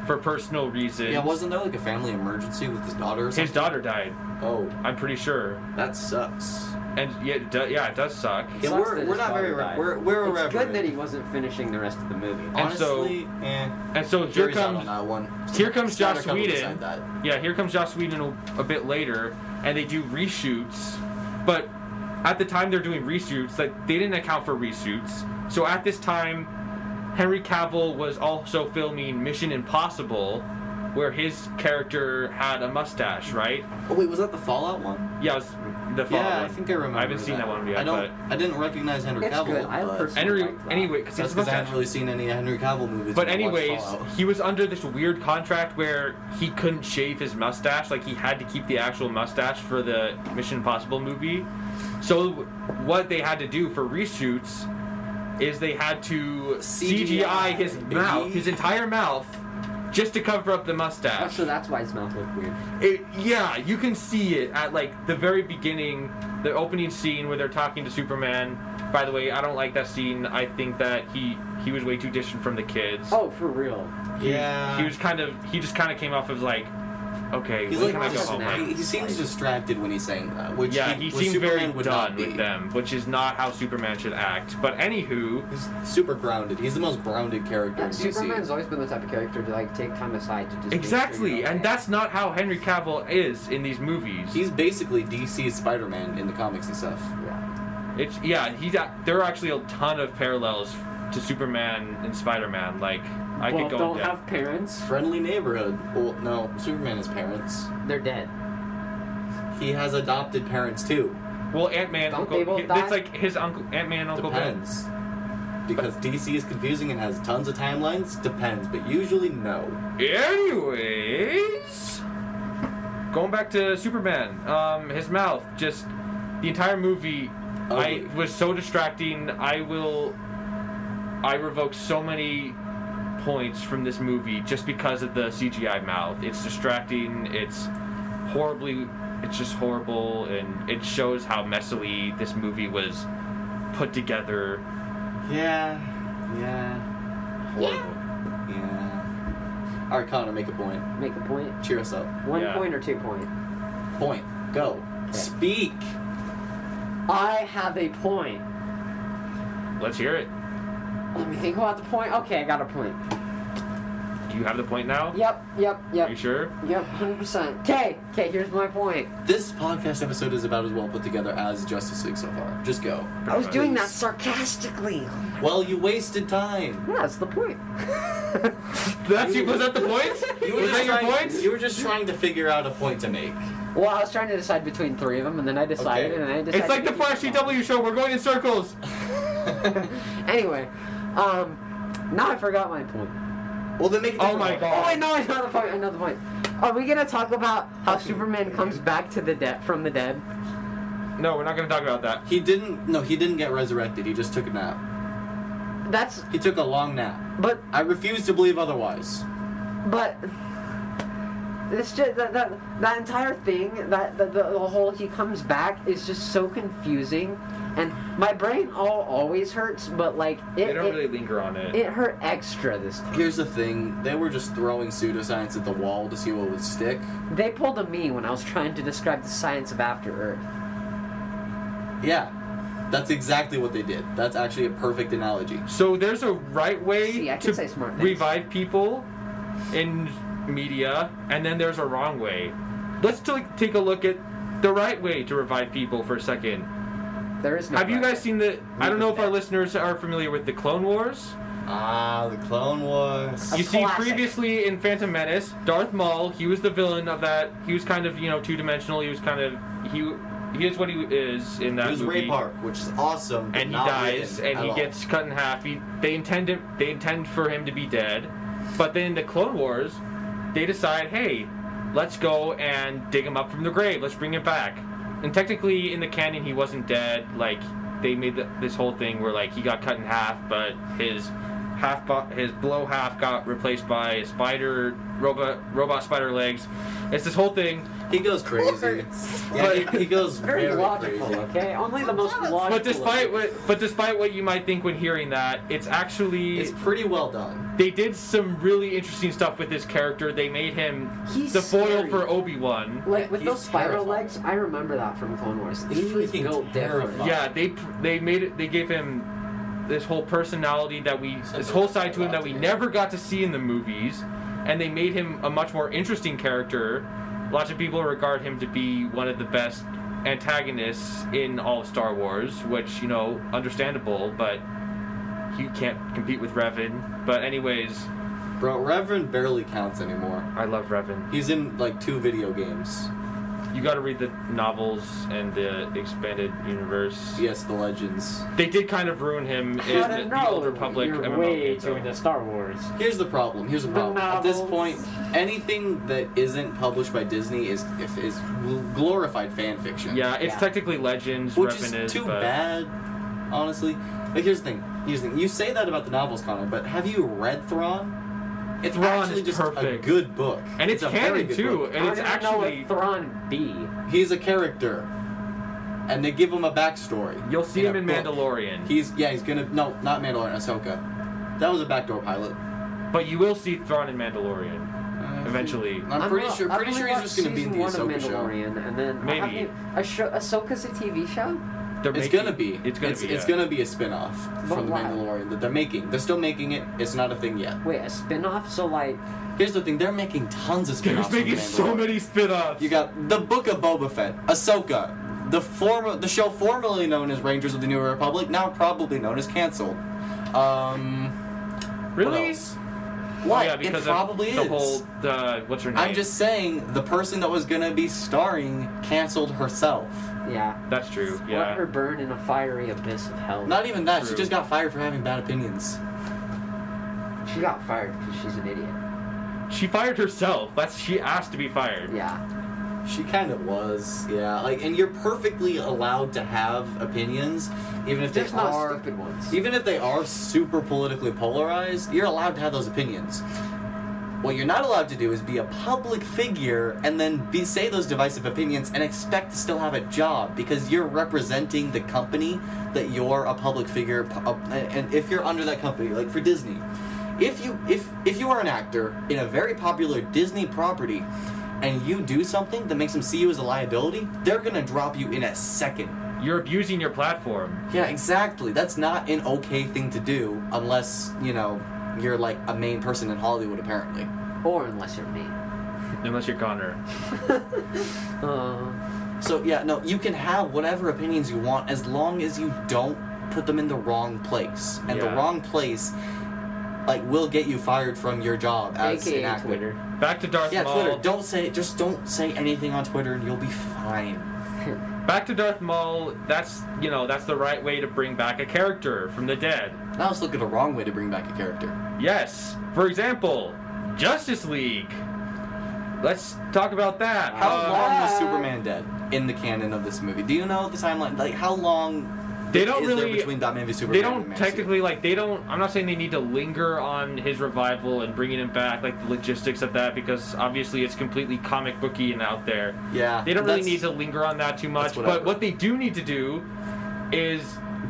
Speaker 2: for personal reasons.
Speaker 1: Yeah, wasn't there like a family emergency with his daughter? Or
Speaker 2: his
Speaker 1: something?
Speaker 2: daughter died.
Speaker 1: Oh,
Speaker 2: I'm pretty sure.
Speaker 1: that sucks.
Speaker 2: And yeah, it do- yeah, it does suck.
Speaker 3: It
Speaker 1: Yeah,
Speaker 3: sucks
Speaker 1: we're-
Speaker 3: that
Speaker 1: we're
Speaker 3: his
Speaker 1: not
Speaker 3: daughter
Speaker 1: very re-
Speaker 3: died.
Speaker 1: we're- we're
Speaker 3: It's
Speaker 1: irreverent.
Speaker 3: good that he wasn't finishing the rest of the movie.
Speaker 2: And so-
Speaker 1: Honestly, eh.
Speaker 2: And so here
Speaker 1: Jury's out on
Speaker 2: comes
Speaker 1: that one.
Speaker 2: here comes
Speaker 1: Snyder
Speaker 2: Joss
Speaker 1: couldn't
Speaker 2: Whedon.
Speaker 1: decide that.
Speaker 2: yeah, here comes Joss Whedon a, a bit later, and they do reshoots, but at the time they're doing reshoots, like they didn't account for reshoots. So at this time, Henry Cavill was also filming Mission Impossible, where his character had a mustache, right?
Speaker 1: Oh wait, was that the Fallout one?
Speaker 2: Yeah, it was the follow
Speaker 1: yeah,
Speaker 2: one.
Speaker 1: I think I remember.
Speaker 2: I haven't seen that one yet,
Speaker 1: I don't.
Speaker 2: but
Speaker 1: I didn't recognize Henry
Speaker 3: It's
Speaker 1: Cavill.
Speaker 3: good. I
Speaker 1: but
Speaker 3: personally-
Speaker 2: anyway,
Speaker 3: Like that.
Speaker 2: anyway, because
Speaker 1: that's because I haven't really seen any Henry Cavill movies.
Speaker 2: But
Speaker 1: when I watch
Speaker 2: anyways,
Speaker 1: Fallout.
Speaker 2: he was under this weird contract where he couldn't shave his mustache. Like he had to keep the actual mustache for the Mission Impossible movie. So what they had to do for reshoots is they had to
Speaker 1: CGI,
Speaker 2: CGI, his
Speaker 1: baby.
Speaker 2: mouth, his entire mouth, just to cover up the
Speaker 3: Oh,
Speaker 2: mustache.
Speaker 3: so that's why his mouth looked weird.
Speaker 2: It, yeah, you can see it at like the very beginning, the opening scene where they're talking to Superman. By the way, I don't like that scene. I think that he he was way too distant from the kids
Speaker 3: Oh, for real.
Speaker 2: he,
Speaker 1: Yeah.
Speaker 2: he was kind of he just kind of came off as like okay
Speaker 1: He's
Speaker 2: when
Speaker 1: like,
Speaker 2: can i go
Speaker 1: just-
Speaker 2: home
Speaker 3: now.
Speaker 1: he,
Speaker 2: like,
Speaker 1: he seems distracted when he's saying that. Which
Speaker 2: yeah he
Speaker 1: which
Speaker 2: seemed
Speaker 1: Superman
Speaker 2: very
Speaker 1: would
Speaker 2: done
Speaker 1: not be.
Speaker 2: with them which is not how superman should act but anywho
Speaker 1: He's super grounded. He's the most grounded character
Speaker 3: Yeah,
Speaker 1: in
Speaker 3: Superman's
Speaker 1: DC.
Speaker 3: always been the type of character to like take time aside to just. make sure
Speaker 2: exactly
Speaker 3: you're
Speaker 2: and
Speaker 3: okay.
Speaker 2: that's not how henry cavill is in these movies
Speaker 1: He's basically DC's Spider-Man in the comics and stuff.
Speaker 3: Yeah.
Speaker 2: it's yeah he's a- there are actually a ton of parallels to superman and spider-man like i
Speaker 3: well,
Speaker 2: could go
Speaker 3: don't
Speaker 2: in depth.
Speaker 3: have parents.
Speaker 1: Friendly neighborhood. Well, no, Superman has parents.
Speaker 3: They're dead.
Speaker 1: He has adopted parents too.
Speaker 2: well ant-man
Speaker 3: Don't
Speaker 2: uncle
Speaker 3: they both
Speaker 2: it's
Speaker 3: die?
Speaker 2: like his uncle ant-man and uncle ben
Speaker 1: Depends. Because DC is confusing and has tons of timelines. Depends, but usually no.
Speaker 2: Anyways, going back to Superman, um, his mouth, just the entire movie,
Speaker 1: Ugly.
Speaker 2: I was so distracting. I will, I revoke so many points from this movie just because of the CGI mouth. It's distracting. It's horribly, it's just horrible, and it shows how messily this movie was put together.
Speaker 1: Yeah. Yeah. Yeah. Yeah. All right, Connor, make a point.
Speaker 3: Make a point.
Speaker 1: Cheer us up.
Speaker 3: One
Speaker 2: Yeah.
Speaker 3: point or two point.
Speaker 1: Point. Go. Speak.
Speaker 3: I have a point.
Speaker 2: Let's hear it.
Speaker 3: Let me think about the point. Okay, I got a point.
Speaker 2: Do you have the point now?
Speaker 3: Yep, yep,
Speaker 2: Are you
Speaker 3: yep,
Speaker 2: sure?
Speaker 3: yep. Hundred percent. Okay, okay. Here's my point.
Speaker 1: This podcast episode is about as well put together as Justice League so far. Just go.
Speaker 3: I was
Speaker 2: Pretty
Speaker 3: doing
Speaker 2: much.
Speaker 3: that sarcastically.
Speaker 1: Well, you wasted time.
Speaker 3: Yeah, that's the point.
Speaker 2: That's you. Was that the points?
Speaker 1: You were
Speaker 2: was
Speaker 1: just
Speaker 2: that your
Speaker 1: trying-
Speaker 2: points?
Speaker 1: You were just trying to figure out a point to make.
Speaker 3: well, I was trying to decide between three of them, and then I decided,
Speaker 1: Okay.
Speaker 3: and I decided.
Speaker 2: It's like the
Speaker 3: to
Speaker 2: Flash
Speaker 3: keep
Speaker 2: CW show. We're going in circles.
Speaker 3: them. Anyway, um, now I forgot my point.
Speaker 1: Well, then make. a
Speaker 2: Oh
Speaker 1: different
Speaker 2: my
Speaker 1: one.
Speaker 2: God. Oh,
Speaker 3: Oh, wait, no, I know the point. I know the point. Are we gonna talk about how
Speaker 1: Okay.
Speaker 3: Superman comes back to the dead from the dead?
Speaker 2: No, we're not going to talk about that.
Speaker 1: He didn't. No, he didn't get resurrected. He just took a nap.
Speaker 3: That's
Speaker 1: He took a long nap.
Speaker 3: but
Speaker 1: I refuse to believe otherwise.
Speaker 3: but it's just that that, that entire thing that the, the, the whole he comes back is just so confusing, and my brain all always hurts, but like
Speaker 2: they
Speaker 3: it
Speaker 2: don't
Speaker 3: it,
Speaker 2: really linger on it.
Speaker 3: it hurt extra this time.
Speaker 1: Here's the thing: they were just throwing pseudoscience at the wall to see what would stick.
Speaker 3: They pulled a me when I was trying to describe the science of After Earth.
Speaker 1: Yeah, that's exactly what they did. That's actually a perfect analogy.
Speaker 2: So there's a right way
Speaker 3: See, I can
Speaker 2: to
Speaker 3: say smart things.
Speaker 2: revive people in media, and then there's a wrong way. Let's t- take a look at the right way to revive people for a second.
Speaker 3: There is no.
Speaker 2: Have you
Speaker 3: right.
Speaker 2: guys seen the? I don't know if our listeners are familiar with the Clone Wars.
Speaker 1: Ah, the Clone Wars.
Speaker 3: A
Speaker 2: you see,
Speaker 3: classic.
Speaker 2: previously in Phantom Menace, Darth Maul, he was the villain of that. He was kind of you know two dimensional. He was kind of he. He is what he is in that
Speaker 1: It was
Speaker 2: movie.
Speaker 1: Ray Park, which is awesome. but
Speaker 2: and he
Speaker 1: not
Speaker 2: dies
Speaker 1: written
Speaker 2: and
Speaker 1: at
Speaker 2: he
Speaker 1: all.
Speaker 2: gets cut in half. He, they intend him, they intend for him to be dead, but then in the Clone Wars, they decide, hey, let's go and dig him up from the grave. Let's bring him back. And technically, in the canon, he wasn't dead. Like they made the, this whole thing where like he got cut in half, but his half bo- his blow half got replaced by a spider robot robot spider legs. It's this whole thing.
Speaker 1: He goes crazy. Yeah, he, he goes
Speaker 3: Very,
Speaker 1: very
Speaker 3: logical,
Speaker 1: crazy.
Speaker 3: okay? Only the most
Speaker 4: Sometimes-
Speaker 3: logical.
Speaker 2: But despite what but despite what you might think when hearing that, it's actually
Speaker 1: It's pretty well done.
Speaker 2: they did some really interesting stuff with his character. They made him
Speaker 3: He's
Speaker 2: the foil
Speaker 3: scary.
Speaker 2: for Obi Wan.
Speaker 3: Like with
Speaker 1: He's
Speaker 3: those spiral
Speaker 1: terrifying.
Speaker 3: legs, I remember that from Clone Wars.
Speaker 1: He's
Speaker 3: He was
Speaker 1: freaking
Speaker 3: built different.
Speaker 1: terrifying.
Speaker 2: Yeah, they they made it. They gave him this whole personality that we, this whole side to him that we never got to see in the movies, and they made him a much more interesting character. Lots of people regard him to be one of the best antagonists in all of Star Wars, which you know, understandable, but you can't compete with Revan. But anyways,
Speaker 1: Bro, Reverend barely counts anymore.
Speaker 2: I love Revan.
Speaker 1: He's in like two video games.
Speaker 2: You got to read the novels and the expanded universe.
Speaker 1: Yes, the legends.
Speaker 2: They did kind of ruin him in
Speaker 3: But
Speaker 2: the, the
Speaker 3: no,
Speaker 2: Old Republic
Speaker 3: you're
Speaker 2: MMO
Speaker 3: way
Speaker 2: game,
Speaker 3: too
Speaker 2: though.
Speaker 3: into Star Wars.
Speaker 1: Here's the problem. Here's the
Speaker 3: The
Speaker 1: problem. At this
Speaker 3: novels.
Speaker 1: point, anything that isn't published by Disney is if is glorified fan fiction.
Speaker 2: Yeah, it's
Speaker 3: Yeah.
Speaker 2: technically Legends.
Speaker 1: which
Speaker 2: Revan
Speaker 1: is too
Speaker 2: but
Speaker 1: bad, honestly. Like, here's the thing. Here's the thing. You say that about the novels, Connor, but have you read Thrawn? It's
Speaker 2: Thrawn
Speaker 1: actually
Speaker 2: is
Speaker 1: just
Speaker 2: perfect.
Speaker 1: a good book,
Speaker 2: And it's,
Speaker 1: a very
Speaker 2: canon
Speaker 1: good
Speaker 2: too,
Speaker 1: book.
Speaker 2: and it's
Speaker 3: I don't even
Speaker 2: actually
Speaker 3: know what Thrawn be.
Speaker 1: He's a character, and they give him a backstory.
Speaker 2: you'll see him
Speaker 1: a
Speaker 2: in
Speaker 1: book.
Speaker 2: Mandalorian,
Speaker 1: He's yeah, he's gonna no, not Mandalorian, Ahsoka. That was a backdoor pilot.
Speaker 2: but you will see Thrawn in Mandalorian. Eventually.
Speaker 1: I'm, pretty
Speaker 3: Uh, not-
Speaker 1: sure.
Speaker 3: I've
Speaker 1: Pretty
Speaker 3: only
Speaker 1: sure he's
Speaker 3: watched
Speaker 1: just gonna be in the
Speaker 3: season one
Speaker 1: Ahsoka
Speaker 3: of
Speaker 1: show.
Speaker 3: Mandalorian, and then
Speaker 2: Maybe.
Speaker 3: I haven't even- a show, Ahsoka's a TV show.
Speaker 2: They're
Speaker 1: It's
Speaker 2: making-
Speaker 1: gonna be.
Speaker 2: It's gonna
Speaker 1: it's,
Speaker 2: be.
Speaker 1: It's
Speaker 2: yeah.
Speaker 1: gonna be a spin-off
Speaker 3: But
Speaker 1: from the
Speaker 3: why?
Speaker 1: Mandalorian that they're making. They're still making it. It's not a thing yet.
Speaker 3: Wait, a spin-off? So like,
Speaker 1: Here's the thing. They're making tons of
Speaker 2: They're
Speaker 1: spin-offs. from
Speaker 2: making
Speaker 1: the
Speaker 2: so
Speaker 1: Mandalorian.
Speaker 2: many spin-offs.
Speaker 1: You got the Book of Boba Fett, Ahsoka, the former the show formerly known as Rangers of the New Republic, now probably known as canceled. Um,
Speaker 2: really? Oh,
Speaker 1: What? else? What?
Speaker 2: Yeah, because
Speaker 1: it probably
Speaker 2: of the
Speaker 1: is.
Speaker 2: whole. Uh, what's her name?
Speaker 1: I'm just saying the person that was gonna be starring canceled herself.
Speaker 3: yeah,
Speaker 2: That's true.
Speaker 3: let her
Speaker 2: Yeah.
Speaker 3: burn in a fiery abyss of hell.
Speaker 1: Not even that. She
Speaker 2: True.
Speaker 1: just got fired for having bad opinions.
Speaker 3: She got fired because she's an idiot.
Speaker 2: She fired herself. That's she asked to be fired.
Speaker 3: Yeah,
Speaker 1: She kind of was, yeah. Like, and you're perfectly allowed to have opinions, even if
Speaker 3: just
Speaker 1: they
Speaker 3: not
Speaker 1: are,
Speaker 3: stupid ones.
Speaker 1: even if they are super politically polarized. You're allowed to have those opinions. What you're not allowed to do is be a public figure and then be say those divisive opinions and expect to still have a job because you're representing the company that you're a public figure. pu- uh, And if you're under that company, like for Disney, if you if if you are an actor in a very popular Disney property and you do something that makes them see you as a liability, they're gonna drop you in a second.
Speaker 2: You're abusing your platform.
Speaker 1: Yeah, exactly. That's not an okay thing to do unless, you know, you're like a main person in Hollywood apparently.
Speaker 3: Or unless you're me.
Speaker 2: Unless you're Connor.
Speaker 3: Uh,
Speaker 1: So yeah, no, you can have whatever opinions you want as long as you don't put them in the wrong place. And the
Speaker 2: Yeah.
Speaker 1: wrong place like will get you fired from your job as an
Speaker 3: AKA
Speaker 1: actor.
Speaker 3: Twitter.
Speaker 2: Back to Darth
Speaker 1: Yeah,
Speaker 2: Maul.
Speaker 1: Twitter. Don't say just don't say anything on Twitter and you'll be fine.
Speaker 2: Back to Darth Maul. That's you know that's the right way to bring back a character from the dead.
Speaker 1: Now let's look at a wrong way to bring back a character.
Speaker 2: Yes. For example, Justice League. Let's talk about that.
Speaker 1: How
Speaker 2: Uh,
Speaker 1: long was
Speaker 3: Uh,
Speaker 1: Superman dead in the canon of this movie? Do you know the timeline? Like how long
Speaker 2: They don't
Speaker 1: is
Speaker 2: really-
Speaker 1: there between Batman v Superman?
Speaker 2: they
Speaker 1: and
Speaker 2: don't
Speaker 1: Man of Steel?
Speaker 2: technically like they don't i'm not saying they need to linger on his revival and bringing him back like the logistics of that because obviously it's completely comic booky and out there
Speaker 1: Yeah.
Speaker 2: they don't really
Speaker 1: that's-
Speaker 2: need to linger on that too much
Speaker 1: that's what I-
Speaker 2: but what they do need to do is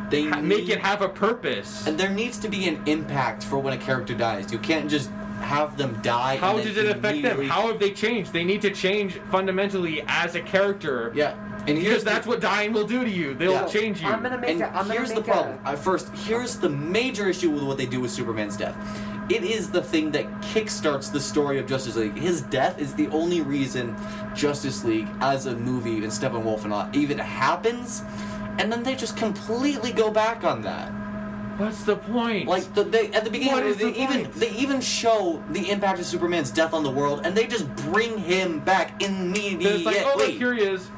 Speaker 1: they
Speaker 2: ha- make it
Speaker 1: need-
Speaker 2: have a purpose
Speaker 1: And there needs to be an impact for when a character dies. You can't just have them die.
Speaker 2: how
Speaker 1: and then
Speaker 2: did it affect them
Speaker 1: immediately-
Speaker 2: how have they changed they need to change fundamentally as a character
Speaker 1: Yeah, and here's
Speaker 2: because that's
Speaker 1: the,
Speaker 2: what dying will do to you they'll
Speaker 1: Yeah.
Speaker 2: change you
Speaker 3: I'm gonna make
Speaker 1: And
Speaker 3: a, I'm
Speaker 1: here's the
Speaker 3: gonna make
Speaker 1: problem.
Speaker 3: A,
Speaker 1: Uh, first, here's the major issue with what they do with Superman's death. It is the thing that kickstarts the story of Justice League. His death is the only reason Justice League, as a movie, and Steppenwolf and all, even happens. And then they just completely go back on that.
Speaker 2: what's the point
Speaker 1: Like the, they at the beginning,
Speaker 2: What
Speaker 1: of
Speaker 2: is
Speaker 1: the
Speaker 2: the
Speaker 1: movie, they even
Speaker 2: point?
Speaker 1: they even show the impact of Superman's death on the world, and they just bring him back immediately.
Speaker 2: it's like oh look here he is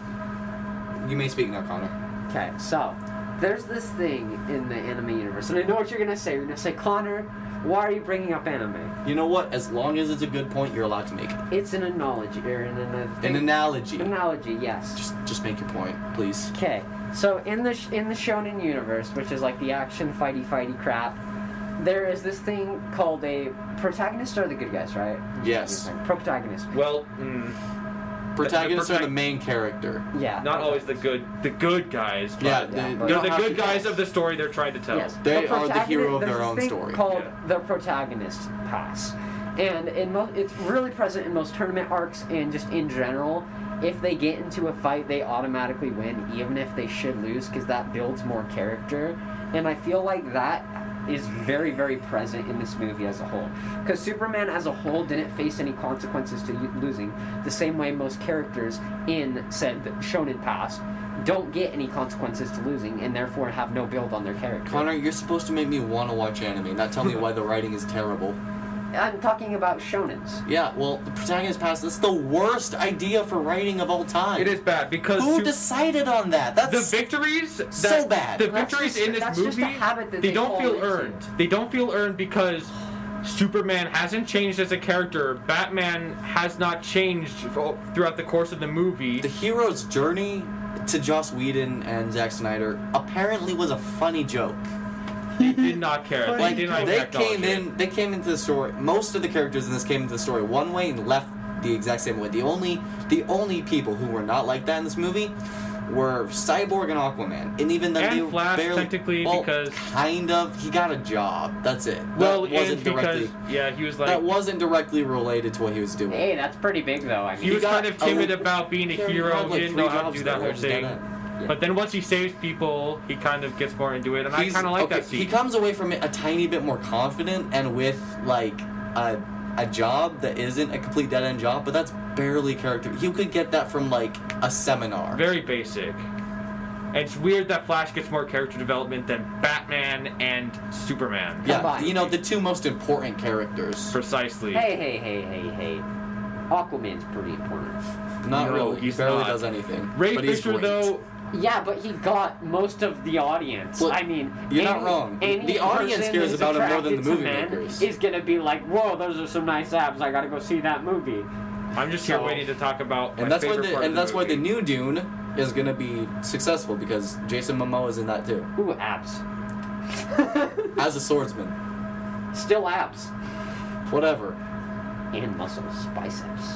Speaker 1: you may speak now, Connor.
Speaker 3: okay, so there's this thing in the anime universe, and I know what you're gonna say. You're gonna say, Connor, why are you bringing up anime?
Speaker 1: You know what? As long as it's a good point, you're allowed to make it.
Speaker 3: It's an analogy, or an,
Speaker 1: an analogy.
Speaker 3: analogy, yes.
Speaker 1: Just just make your point, please.
Speaker 3: Okay, so in the sh- in the shonen universe, which is like the action fighty fighty crap, there is this thing called a protagonist are the good guys, right?
Speaker 1: Yes.
Speaker 3: Protagonist.
Speaker 2: well mm,
Speaker 1: Protagonists are the
Speaker 2: protag-
Speaker 1: main character.
Speaker 3: Yeah.
Speaker 2: not always the good the good guys but
Speaker 1: Yeah,
Speaker 3: Yeah,
Speaker 1: they-
Speaker 3: but-
Speaker 1: you
Speaker 2: They're
Speaker 1: don't
Speaker 2: the
Speaker 1: have
Speaker 2: good
Speaker 1: to-
Speaker 2: guys of the story they're trying to tell.
Speaker 3: Yes.
Speaker 1: They are the
Speaker 3: protagonist-
Speaker 1: hero of
Speaker 3: there's
Speaker 1: their
Speaker 3: this
Speaker 1: own
Speaker 3: thing
Speaker 1: story.
Speaker 3: Called
Speaker 2: Yeah.
Speaker 3: the protagonist pass, and in mo- it's really present in most tournament arcs and just in general. If they get into a fight, they automatically win, even if they should lose, because that builds more character. And I feel like that is very, very present in this movie as a whole. Because Superman as a whole didn't face any consequences to u- losing, the same way most characters in said Shonen past don't get any consequences to losing, and therefore have no build on their character.
Speaker 1: Connor, you're supposed to make me want to watch anime, not tell me why the writing is terrible.
Speaker 3: I'm talking about shonens.
Speaker 1: Yeah, well, the protagonist passed. That's the worst idea for writing of all time.
Speaker 2: It is bad because
Speaker 1: Who
Speaker 2: Sup-
Speaker 1: decided on that? That's
Speaker 2: the victories that,
Speaker 1: So bad.
Speaker 2: The
Speaker 3: That's
Speaker 2: victories
Speaker 3: just-
Speaker 2: in this
Speaker 3: that's just
Speaker 2: movie
Speaker 3: a habit that
Speaker 2: they,
Speaker 3: they
Speaker 2: don't
Speaker 3: fall
Speaker 2: feel
Speaker 3: into.
Speaker 2: earned. They don't feel earned because Superman hasn't changed as a character. Batman has not changed fo- throughout the course of the movie.
Speaker 1: the hero's journey to Joss Whedon and Zack Snyder apparently was a funny joke.
Speaker 2: They did not care.
Speaker 4: Funny
Speaker 2: They
Speaker 1: Like
Speaker 2: did not
Speaker 1: they
Speaker 2: acknowledge
Speaker 1: came
Speaker 2: it.
Speaker 1: in, they came into the story. Most of the characters in this came into the story one way and left the exact same way. The only, the only people who were not like that in this movie were Cyborg and Aquaman, and even then
Speaker 2: And
Speaker 1: they were
Speaker 2: Flash,
Speaker 1: barely,
Speaker 2: technically,
Speaker 1: well,
Speaker 2: because-
Speaker 1: kind of he got a job. That's it. That
Speaker 2: Well, and
Speaker 1: wasn't
Speaker 2: because
Speaker 1: directly
Speaker 2: yeah, he was like
Speaker 1: that wasn't directly related to what he was doing.
Speaker 3: Hey, that's pretty big though. I
Speaker 2: he
Speaker 3: mean,
Speaker 2: was
Speaker 1: got
Speaker 2: kind of
Speaker 1: a-
Speaker 2: timid about being a
Speaker 1: He already
Speaker 2: hero.
Speaker 1: had, like,
Speaker 2: didn't
Speaker 1: three
Speaker 2: know how to
Speaker 1: jobs
Speaker 2: do that
Speaker 1: that
Speaker 2: whole
Speaker 1: were
Speaker 2: thing.
Speaker 1: done.
Speaker 2: But then once he saves people, he kind of gets more into it, and
Speaker 1: He's-
Speaker 2: I kind of like
Speaker 1: okay,
Speaker 2: that scene.
Speaker 1: He comes away from it a tiny bit more confident and with like a a job that isn't a complete dead end job, but that's barely character. You could get that from like a seminar.
Speaker 2: Very basic. And It's weird that Flash gets more character development than Batman and Superman.
Speaker 1: yeah,
Speaker 3: combined.
Speaker 1: you know the two most important characters.
Speaker 2: Precisely.
Speaker 3: hey, hey, hey, hey, hey. Aquaman's pretty important.
Speaker 1: Not
Speaker 2: No,
Speaker 1: really. He
Speaker 2: he's
Speaker 1: barely
Speaker 2: not.
Speaker 1: does anything.
Speaker 2: Ray
Speaker 1: but he's
Speaker 2: Fisher,
Speaker 1: great.
Speaker 2: though,
Speaker 3: Yeah, but he got most of the audience.
Speaker 1: Look,
Speaker 3: I mean,
Speaker 1: you're
Speaker 3: any-
Speaker 1: not wrong.
Speaker 3: any
Speaker 1: The audience
Speaker 3: person
Speaker 1: cares
Speaker 3: who's
Speaker 1: about him more than the
Speaker 3: attracted to
Speaker 1: movie
Speaker 3: men
Speaker 1: makers.
Speaker 3: Is gonna be like, whoa, those are some nice abs. I gotta go see that movie.
Speaker 2: I'm just here
Speaker 3: So-
Speaker 2: waiting to talk about. my
Speaker 1: and that's why
Speaker 2: favorite
Speaker 1: the
Speaker 2: part of
Speaker 1: and that's why the
Speaker 2: movie.
Speaker 1: new Dune is gonna be successful because Jason Momoa is in that too
Speaker 3: Ooh, abs.
Speaker 1: as a swordsman.
Speaker 3: Still abs
Speaker 1: Whatever.
Speaker 3: and muscles, biceps.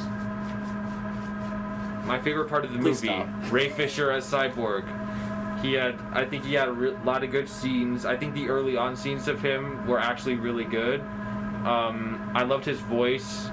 Speaker 2: my favorite part of the
Speaker 1: Please
Speaker 2: movie.
Speaker 1: stop.
Speaker 2: Ray Fisher as Cyborg. He had, I think he had a re- lot of good scenes. I think the early on scenes of him were actually really good. Um, I loved his voice.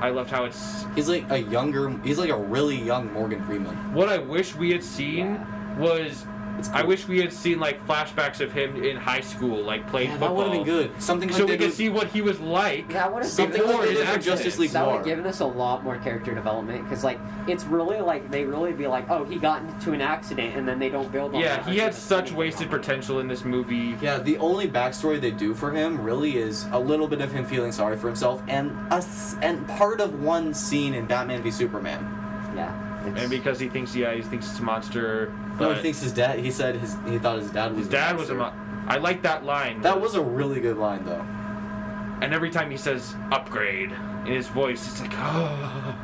Speaker 2: I loved how it's
Speaker 1: He's like a younger. He's like a really young Morgan Freeman.
Speaker 2: What I wish we had seen was
Speaker 1: It's
Speaker 2: I
Speaker 1: cool.
Speaker 2: wish we had seen like flashbacks of him in high school, like playing
Speaker 1: Yeah, that
Speaker 2: football.
Speaker 1: would have been good. Something like
Speaker 2: So
Speaker 1: they
Speaker 2: we could
Speaker 1: do-
Speaker 2: see what he was like.
Speaker 3: That would have
Speaker 1: Something
Speaker 2: Before
Speaker 1: like they
Speaker 2: his
Speaker 1: did for
Speaker 2: accident.
Speaker 1: Justice League
Speaker 3: That would
Speaker 1: War.
Speaker 3: have given us a lot more character development because, like, it's really like they really be like, oh, he got into an accident and then they don't build on
Speaker 2: Yeah,
Speaker 3: that
Speaker 2: he had
Speaker 3: accident.
Speaker 2: such wasted potential in this movie.
Speaker 1: Yeah, the only backstory they do for him really is a little bit of him feeling sorry for himself and us and part of one scene in Batman v Superman.
Speaker 3: Yeah. it's-
Speaker 2: And because he thinks, yeah, he thinks it's a monster.
Speaker 1: No,
Speaker 2: But
Speaker 1: he thinks his dad. He said his he thought his dad was
Speaker 2: his
Speaker 1: a
Speaker 2: dad was a.
Speaker 1: monster.
Speaker 2: Mo- I like that line.
Speaker 1: That was a really good line though.
Speaker 2: And every time he says upgrade in his voice, it's like, oh.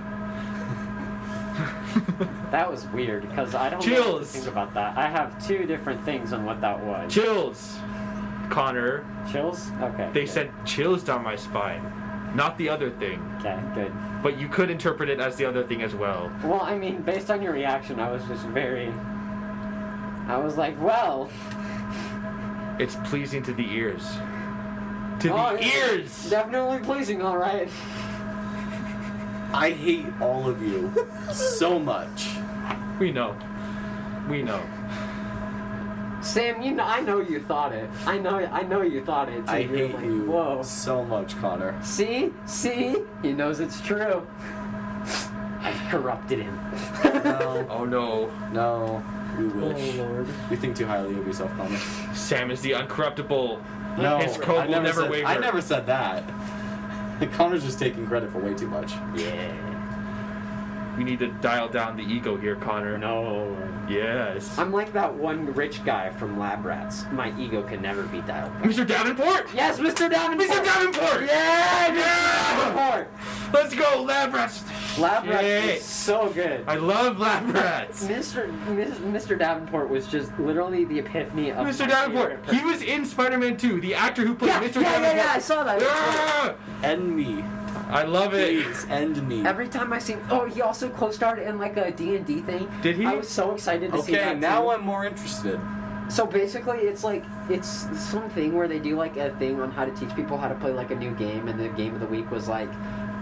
Speaker 3: That was weird because I don't know what to
Speaker 2: Chills.
Speaker 3: think about that. I have two different things on what that was.
Speaker 2: Chills, Connor.
Speaker 3: Chills? Okay.
Speaker 2: They
Speaker 3: good.
Speaker 2: said chills down my spine, not the other thing.
Speaker 3: Okay, good.
Speaker 2: But you could interpret it as the other thing as well.
Speaker 3: Well, I mean, based on your reaction, I was just very. I was like, well.
Speaker 2: It's pleasing to the ears. To the
Speaker 3: oh, yeah,
Speaker 2: ears!
Speaker 3: Definitely pleasing, alright.
Speaker 1: I hate all of you so much.
Speaker 2: We know. We know.
Speaker 3: Sam, you know, I know you thought it. I know, I know you thought it. too.
Speaker 1: I
Speaker 3: You're
Speaker 1: hate
Speaker 3: like,
Speaker 1: you
Speaker 3: Whoa.
Speaker 1: so much, Connor.
Speaker 3: See, see, he knows it's true. I've corrupted him.
Speaker 1: No,
Speaker 2: Oh no.
Speaker 1: no, you wish.
Speaker 3: Oh, Lord.
Speaker 1: You think too highly of yourself, Connor.
Speaker 2: Sam is the uncorruptible.
Speaker 1: No,
Speaker 2: His code
Speaker 1: I
Speaker 2: will
Speaker 1: never
Speaker 2: never
Speaker 1: said,
Speaker 2: waver.
Speaker 1: I never said that. Connor's just taking credit for way too much.
Speaker 3: Yeah.
Speaker 2: We need to dial down the ego here, Connor.
Speaker 3: No.
Speaker 2: Yes.
Speaker 3: I'm like that one rich guy from Lab Rats. My ego can never be dialed. back.
Speaker 2: Mr. Davenport!
Speaker 3: Yes, Mr. Davenport.
Speaker 2: Mr. Davenport!
Speaker 3: Yeah, Mr.
Speaker 2: Yeah!
Speaker 3: Davenport.
Speaker 2: Let's go, lab rats!
Speaker 3: Lab Rats
Speaker 2: Shit.
Speaker 3: is so good.
Speaker 2: I love lab rats!
Speaker 3: Mr. Mis- Mr. Davenport was just literally the epiphany of my
Speaker 2: Mr. Davenport!
Speaker 3: favorite
Speaker 2: He was in Spider Man 2, the actor who played
Speaker 3: Yeah,
Speaker 2: Mr.
Speaker 3: yeah, yeah,
Speaker 2: Davenport.
Speaker 3: yeah, I saw that.
Speaker 2: Yeah!
Speaker 1: End me.
Speaker 2: I love it.
Speaker 1: Please, end me.
Speaker 3: Every time I see, oh, he also co-starred in like a D and D thing.
Speaker 2: Did he?
Speaker 3: I was so excited to see
Speaker 1: Okay,
Speaker 3: that.
Speaker 1: now
Speaker 3: too.
Speaker 1: I'm more interested.
Speaker 3: So basically, it's like it's something where they do like a thing on how to teach people how to play like a new game, and the game of the week was like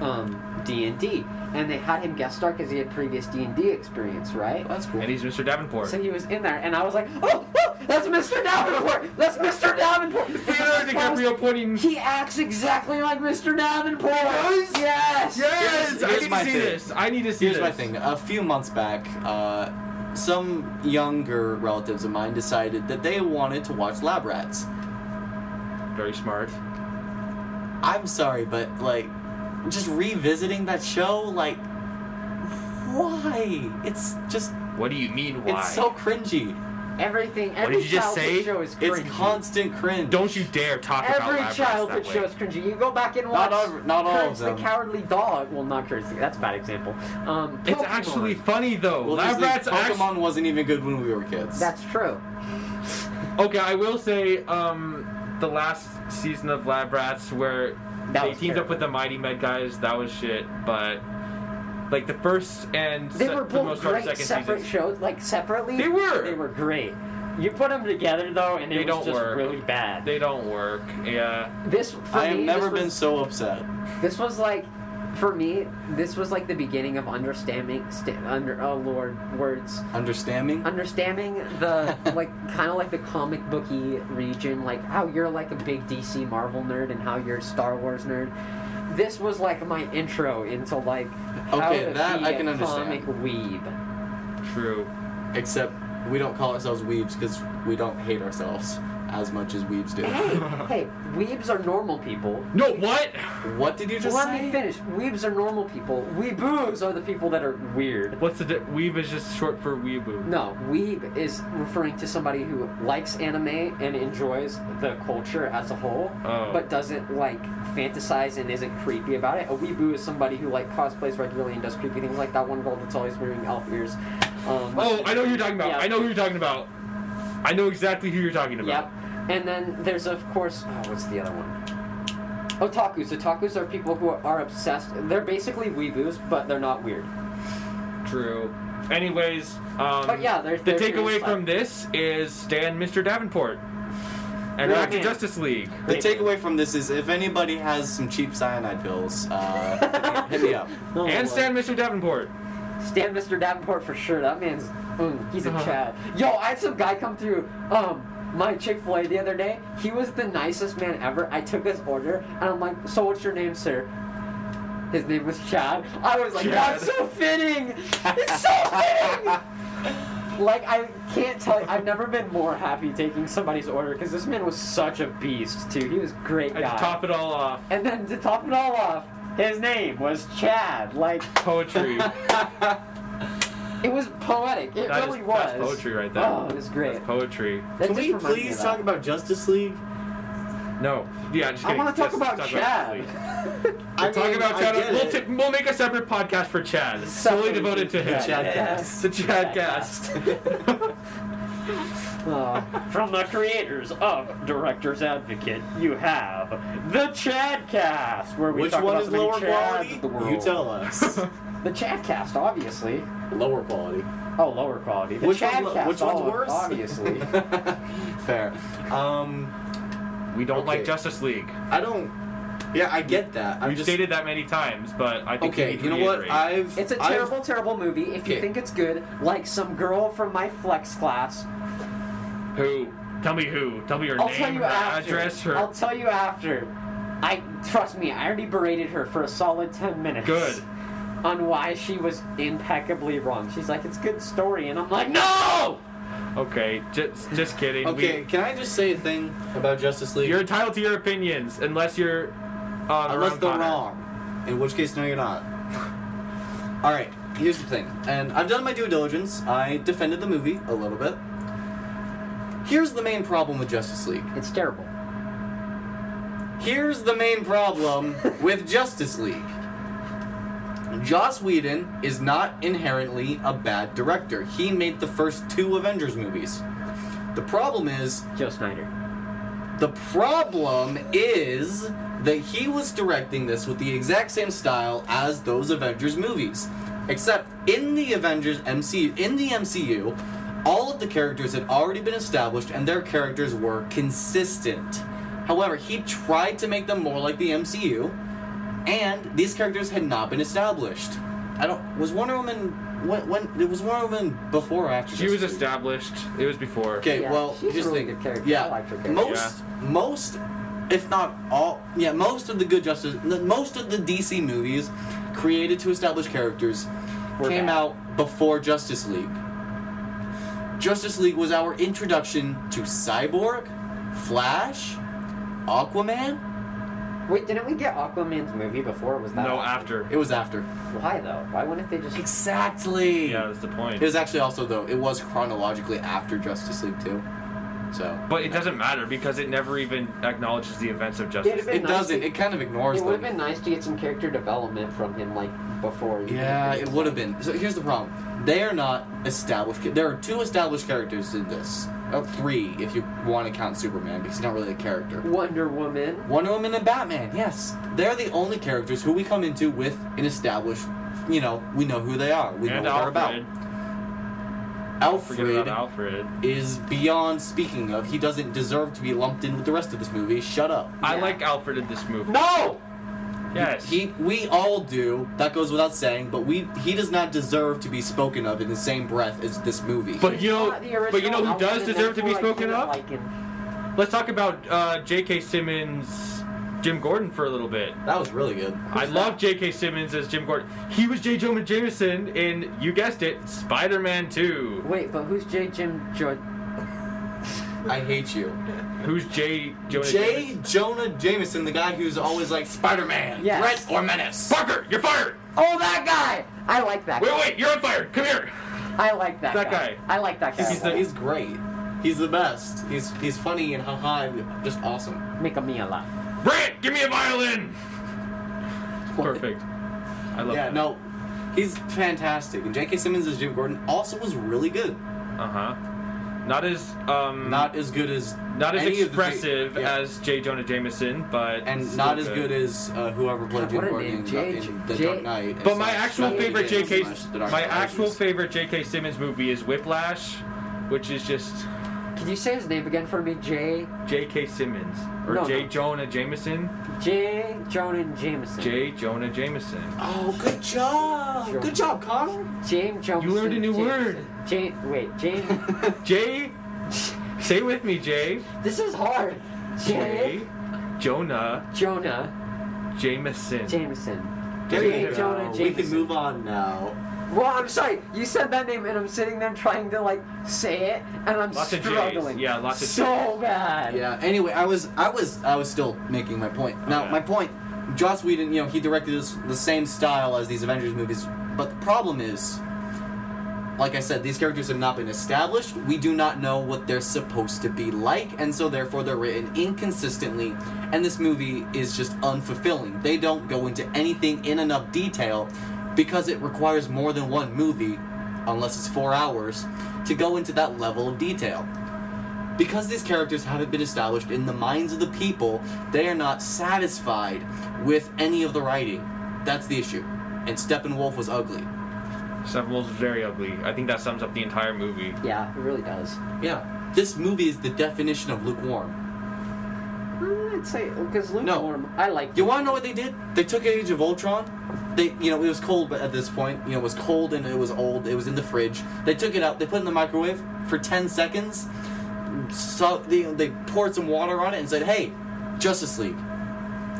Speaker 3: um D and D, and they had him guest star because he had previous D and D experience, right?
Speaker 1: That's cool.
Speaker 2: And he's Mr. Davenport.
Speaker 3: So he was in there, and I was like, oh, oh that's Mr. Davenport. That's Mr. Davenport.
Speaker 2: Leonardo DiCaprio pointing.
Speaker 3: He acts exactly like Mr. Davenport.
Speaker 2: Yes?
Speaker 3: Yes.
Speaker 2: Yes!
Speaker 1: Here's-
Speaker 2: I
Speaker 1: here's
Speaker 2: need
Speaker 1: my
Speaker 2: to see
Speaker 1: thing.
Speaker 2: this. I need to see
Speaker 1: Here's
Speaker 2: this.
Speaker 1: my thing. A few months back, uh, some younger relatives of mine decided that they wanted to watch Lab Rats.
Speaker 2: Very smart.
Speaker 1: I'm sorry, but like, just revisiting that show, like, why? It's just,
Speaker 2: What do you mean, why?
Speaker 1: it's so cringy.
Speaker 3: Everything.
Speaker 2: did
Speaker 3: Every
Speaker 2: you just
Speaker 3: childhood
Speaker 2: say?
Speaker 3: show is
Speaker 1: It's
Speaker 3: cringy.
Speaker 1: constant cringe.
Speaker 2: Don't you dare talk
Speaker 3: Every
Speaker 2: about lab
Speaker 3: childhood
Speaker 2: rats that
Speaker 3: show
Speaker 2: way.
Speaker 3: is cringy. You go back and watch
Speaker 1: Not all- not all
Speaker 3: Courage
Speaker 1: of them.
Speaker 3: the Cowardly Dog. Well, not Courage. the- That's a bad example. Um,
Speaker 2: It's
Speaker 3: Pokemon.
Speaker 2: actually funny though.
Speaker 1: Well,
Speaker 2: lab
Speaker 1: just
Speaker 2: rats.
Speaker 1: like,
Speaker 2: act-
Speaker 1: Pokemon wasn't even good when we were kids.
Speaker 3: that's true.
Speaker 2: Okay, I will say um, the last season of Lab Rats where
Speaker 3: That
Speaker 2: they
Speaker 3: was
Speaker 2: teamed up
Speaker 3: terrible.
Speaker 2: with the Mighty Med guys, that was shit. But like the first and
Speaker 3: They
Speaker 2: se-
Speaker 3: were
Speaker 2: for the
Speaker 3: both
Speaker 2: most part,
Speaker 3: great
Speaker 2: second
Speaker 3: separate
Speaker 2: season,
Speaker 3: shows, like separately.
Speaker 2: They were.
Speaker 3: They were great. You put them together though, and it
Speaker 2: They
Speaker 3: was
Speaker 2: don't
Speaker 3: just
Speaker 2: work.
Speaker 3: really bad.
Speaker 2: they don't work. Yeah,
Speaker 3: this for
Speaker 1: I have
Speaker 3: me,
Speaker 1: never
Speaker 3: this
Speaker 1: been
Speaker 3: was,
Speaker 1: so upset.
Speaker 3: This was like, for me, this was like the beginning of understanding. Sta- under oh lord, words.
Speaker 1: Understanding?
Speaker 3: understanding the like kind of like the comic booky region like how you're like a big dc marvel nerd and how you're a star wars nerd this was like my intro into like how
Speaker 1: Okay,
Speaker 3: to
Speaker 1: that
Speaker 3: be
Speaker 1: I
Speaker 3: a
Speaker 1: can
Speaker 3: comic
Speaker 1: understand.
Speaker 3: weeb
Speaker 2: true.
Speaker 1: Except we don't call ourselves weebs because we don't hate ourselves as much as weebs do.
Speaker 3: hey hey weebs are normal people
Speaker 2: No, what?
Speaker 1: What did you just
Speaker 3: let
Speaker 1: say?
Speaker 3: me finish weebs are normal people weeboos are the people that are weird
Speaker 2: What's the di- weeb is just short for weeboo.
Speaker 3: no, weeb is referring to somebody who likes anime and enjoys the culture as a whole,
Speaker 2: Oh.
Speaker 3: but doesn't like fantasize and isn't creepy about it. A weeboo is somebody who like cosplays regularly and does creepy things like that one girl that's always wearing elf ears. Um,
Speaker 2: Oh, I know who you're talking about.
Speaker 3: Yeah.
Speaker 2: I know who you're talking about. I know exactly who you're talking about.
Speaker 3: Yep. And then there's of course oh, what's the other one? Otakus. Otakus are people who are obsessed. They're basically weeboos, but they're not weird.
Speaker 2: True. Anyways, um,
Speaker 3: But yeah, there's-
Speaker 2: the
Speaker 3: there's
Speaker 2: takeaway
Speaker 3: your
Speaker 2: from this is stand Mr. Davenport and
Speaker 3: Yeah,
Speaker 2: back to
Speaker 3: man.
Speaker 2: Justice League.
Speaker 1: The takeaway from this is if anybody has some cheap cyanide pills, uh, hit me up.
Speaker 3: Oh,
Speaker 2: and
Speaker 3: Lord.
Speaker 2: stand Mr. Davenport.
Speaker 3: Stan Mr. Davenport for sure. That man's, mm, he's a
Speaker 2: Uh-huh.
Speaker 3: Chad. Yo, I had some guy come through, um, my Chick Fil A the other day. He was the nicest man ever. I took his order, and I'm like, "So what's your name, sir?" His name was Chad. I was like,
Speaker 2: Chad.
Speaker 3: "That's so fitting. It's so fitting." like I can't tell. I've never been more happy taking somebody's order because this man was such a beast too. He was a great
Speaker 2: And to
Speaker 3: guy.
Speaker 2: top it all off,
Speaker 3: and then to top it all off, his name was Chad. Like.
Speaker 2: poetry.
Speaker 3: It was poetic. It
Speaker 2: That is-
Speaker 3: really was.
Speaker 2: that's poetry right there.
Speaker 3: Oh, it was great.
Speaker 2: poetry.
Speaker 3: That
Speaker 1: Can
Speaker 3: just
Speaker 1: we
Speaker 3: reminded me
Speaker 1: please
Speaker 3: of that.
Speaker 1: talk about Justice League?
Speaker 2: No. Yeah, just
Speaker 3: I
Speaker 2: kidding.
Speaker 3: wanna talk
Speaker 2: Let's
Speaker 3: about Chad.
Speaker 2: Wesley.
Speaker 1: I
Speaker 2: We'll talk
Speaker 1: mean,
Speaker 2: about
Speaker 1: I
Speaker 2: Chad.
Speaker 1: get
Speaker 2: We'll,
Speaker 1: it.
Speaker 2: ta- we'll make a separate podcast for Chad, solely
Speaker 3: Separate
Speaker 2: devoted to him.
Speaker 3: podcast.
Speaker 1: Chad
Speaker 3: Yeah.
Speaker 1: Cass.
Speaker 2: The Chad cast.
Speaker 3: Uh, from the creators of Director's Advocate, you have the Chadcast, where we
Speaker 1: Which
Speaker 3: talk
Speaker 1: one
Speaker 3: about
Speaker 1: is
Speaker 3: the many
Speaker 1: lower
Speaker 3: Chads
Speaker 1: quality?
Speaker 3: of the world.
Speaker 1: You tell us.
Speaker 3: The Chadcast, obviously.
Speaker 1: lower quality.
Speaker 3: Oh, lower quality. The
Speaker 1: Which one's lo-
Speaker 3: Chadcast,
Speaker 1: which one's
Speaker 3: oh,
Speaker 1: worse?
Speaker 3: Obviously.
Speaker 1: Fair. Um,
Speaker 2: we don't
Speaker 1: Okay.
Speaker 2: like Justice League.
Speaker 1: I don't. Yeah, I get that. I'm
Speaker 2: We've
Speaker 1: just
Speaker 2: stated that many times, but I think we
Speaker 1: okay.
Speaker 2: need to
Speaker 1: You know what?
Speaker 2: reiterate.
Speaker 1: I've
Speaker 3: it's a
Speaker 1: I've-
Speaker 3: terrible, terrible movie. If you
Speaker 1: Okay.
Speaker 3: think it's good, like some girl from my flex class,
Speaker 2: Who? Tell me who. Tell me her
Speaker 3: I'll
Speaker 2: name,
Speaker 3: tell you
Speaker 2: her
Speaker 3: after.
Speaker 2: address, her.
Speaker 3: I'll tell you after. I trust me. I already berated her for a solid ten minutes.
Speaker 2: Good.
Speaker 3: On why she was impeccably wrong. She's like, "It's a good story," and I'm like, "No."
Speaker 2: okay, just just kidding.
Speaker 1: Okay, can I just say a thing about Justice
Speaker 2: We,
Speaker 1: League?
Speaker 2: you're entitled to your opinions, unless you're. Uh,
Speaker 1: Unless
Speaker 2: Ron
Speaker 1: they're
Speaker 2: Connor.
Speaker 1: wrong. In which case, no, you're not. All right, here's the thing. And I've done my due diligence. I defended the movie a little bit. Here's the main problem with Justice League.
Speaker 3: It's terrible.
Speaker 1: Here's the main problem with Justice League. Joss Whedon is not inherently a bad director. He made the first two Avengers movies. The problem is
Speaker 3: Joe Snyder.
Speaker 1: the problem is that he was directing this with the exact same style as those Avengers movies. Except in the Avengers MCU, in the MCU, all of the characters had already been established and their characters were consistent. However, he tried to make them more like the MCU, and these characters had not been established. I don't was Wonder Woman when, when it was Wonder Woman before or after
Speaker 2: She
Speaker 1: this
Speaker 2: was
Speaker 1: movie?
Speaker 2: established. It was before.
Speaker 1: Okay,
Speaker 3: Yeah,
Speaker 1: well,
Speaker 3: she's a
Speaker 1: just
Speaker 3: really
Speaker 1: think.
Speaker 3: good character.
Speaker 1: Yeah,
Speaker 3: I liked her character.
Speaker 1: most, most, if not all, yeah, most of the good Justice, the- most of the DC movies created to establish characters
Speaker 3: Were
Speaker 1: came
Speaker 3: bad.
Speaker 1: out before Justice League. Justice League was our introduction to Cyborg, Flash, Aquaman.
Speaker 3: Wait, didn't we get Aquaman's movie before? it Was that
Speaker 2: No, after.
Speaker 1: It was after.
Speaker 3: Why though? Why wouldn't they just?
Speaker 1: Exactly.
Speaker 2: Yeah, that's the point.
Speaker 1: It was actually also though it was chronologically after Justice League too, so.
Speaker 2: But it doesn't matter because it never even acknowledges the events of
Speaker 3: It'd
Speaker 2: Justice.
Speaker 3: have been
Speaker 1: It
Speaker 3: nice
Speaker 1: doesn't.
Speaker 3: to-
Speaker 1: It kind of ignores
Speaker 3: It would have
Speaker 1: them.
Speaker 3: been nice to get some character development from him, like before. you-
Speaker 1: Yeah, it would have been. So here's the problem: they are not established. ca- There are two established characters in this. Oh, three, if you want to count Superman, because he's not really a character.
Speaker 3: Wonder Woman.
Speaker 1: Wonder Woman and Batman. Yes, they're the only characters who we come into with an established. You know, we know who they are. We
Speaker 2: and
Speaker 1: know what they're
Speaker 2: Alfred.
Speaker 1: about.
Speaker 2: Forget
Speaker 1: Alfred
Speaker 2: about Alfred.
Speaker 1: is beyond speaking of. He doesn't deserve to be lumped in with the rest of this movie. Shut up.
Speaker 2: I
Speaker 3: Yeah.
Speaker 2: like Alfred in this movie.
Speaker 3: No.
Speaker 2: Yes.
Speaker 1: He, we all do. That goes without saying. But we, he does not deserve to be spoken of in the same breath as this movie.
Speaker 2: but you know,
Speaker 3: Not the original
Speaker 2: but you know who does
Speaker 3: Alfred, and
Speaker 2: deserve to be
Speaker 3: therefore I
Speaker 2: spoken
Speaker 3: didn't
Speaker 2: of?
Speaker 3: like him.
Speaker 2: Let's talk about uh, J.K. Simmons, Jim Gordon for a little bit.
Speaker 1: that was really good.
Speaker 2: I love J.K. Simmons as Jim Gordon. He was J. Jonah Jameson in, you guessed it, Spider-Man 2.
Speaker 3: Wait, but who's J. Jim jo-
Speaker 1: I hate you.
Speaker 2: Who's J. Jonah
Speaker 1: J.
Speaker 2: Jameson?
Speaker 1: Jonah Jameson, the guy who's always like Spider Man,
Speaker 3: Yes.
Speaker 1: threat or menace.
Speaker 2: Parker, you're fired!
Speaker 3: Oh, that guy! I like that.
Speaker 2: Wait,
Speaker 3: guy.
Speaker 2: wait, you're on fire! Come here!
Speaker 3: I like that.
Speaker 2: That
Speaker 3: guy.
Speaker 2: guy.
Speaker 3: I like that guy.
Speaker 1: He's, the, he's great. He's the best. He's he's funny and haha, and just awesome.
Speaker 3: Make a me a laugh.
Speaker 2: Brant, give me a violin! Perfect. I love
Speaker 1: Yeah,
Speaker 2: that.
Speaker 1: no, he's fantastic. And J.K. Simmons as Jim Gordon also was really good.
Speaker 2: Uh-huh. Not as, um...
Speaker 1: Not as good as
Speaker 2: not as
Speaker 1: any of the-
Speaker 2: expressive
Speaker 1: yeah.
Speaker 2: as J. Jonah Jameson, but
Speaker 1: and
Speaker 2: still
Speaker 1: not as good as uh, whoever played
Speaker 3: God,
Speaker 1: Jim
Speaker 3: what a
Speaker 1: Gordon
Speaker 3: name.
Speaker 1: in,
Speaker 3: J-
Speaker 1: in The
Speaker 3: J-
Speaker 1: Dark Knight.
Speaker 2: But
Speaker 1: It's
Speaker 2: my
Speaker 1: not-
Speaker 2: actual
Speaker 1: not
Speaker 2: favorite
Speaker 1: J.K.
Speaker 2: J.K.
Speaker 1: Simmons, The Dark
Speaker 2: my
Speaker 1: Knight
Speaker 2: actual
Speaker 1: Rises.
Speaker 2: favorite J.K. Simmons movie is Whiplash, which is just
Speaker 3: Can you say his name again for me? J.
Speaker 2: J.K. Simmons or
Speaker 3: No,
Speaker 2: J.
Speaker 3: no.
Speaker 2: Jonah Jameson.
Speaker 3: J. Jonah Jameson.
Speaker 2: J. Jonah Jameson.
Speaker 1: Oh, good job! Good job, Connor.
Speaker 3: James Johnson.
Speaker 2: You learned a new word.
Speaker 3: James. Wait, James.
Speaker 2: J. Say with me, J.
Speaker 3: this is hard. J.
Speaker 2: J. Jonah
Speaker 3: Jonah
Speaker 2: Jameson.
Speaker 3: Jameson.
Speaker 1: There
Speaker 3: J.
Speaker 1: you go.
Speaker 3: Jonah
Speaker 1: We can
Speaker 3: Jameson.
Speaker 1: move on now.
Speaker 3: Well, I'm sorry. You said that name, and I'm sitting there trying to like say it, and I'm
Speaker 2: Lots of J's.
Speaker 3: struggling.
Speaker 2: Yeah, lots of
Speaker 3: so bad.
Speaker 1: Yeah. Anyway, I was I was I was still making my point. Now
Speaker 2: Okay.
Speaker 1: my point, Joss Whedon, you know, he directed this, the same style as these Avengers movies, but the problem is, like I said, these characters have not been established. We do not know what they're supposed to be like, and so therefore they're written inconsistently, and this movie is just unfulfilling. They don't go into anything in enough detail because it requires more than one movie, unless it's four hours, to go into that level of detail. Because these characters haven't been established in the minds of the people, they are not satisfied with any of the writing. That's the issue. And Steppenwolf was ugly.
Speaker 2: Seven Wolves is very ugly. I think that sums up the entire movie.
Speaker 3: Yeah, it really does.
Speaker 1: Yeah. This movie is the definition of lukewarm.
Speaker 3: Mm, I'd say because
Speaker 1: No.
Speaker 3: lukewarm. I like
Speaker 1: You want to know what they did? They took Age of Ultron. They, you know, it was cold, but at this point, you know, it was cold and it was old. It was in the fridge. They took it out. They put it in the microwave for ten seconds. So they, they poured some water on it and said, "Hey, Justice League,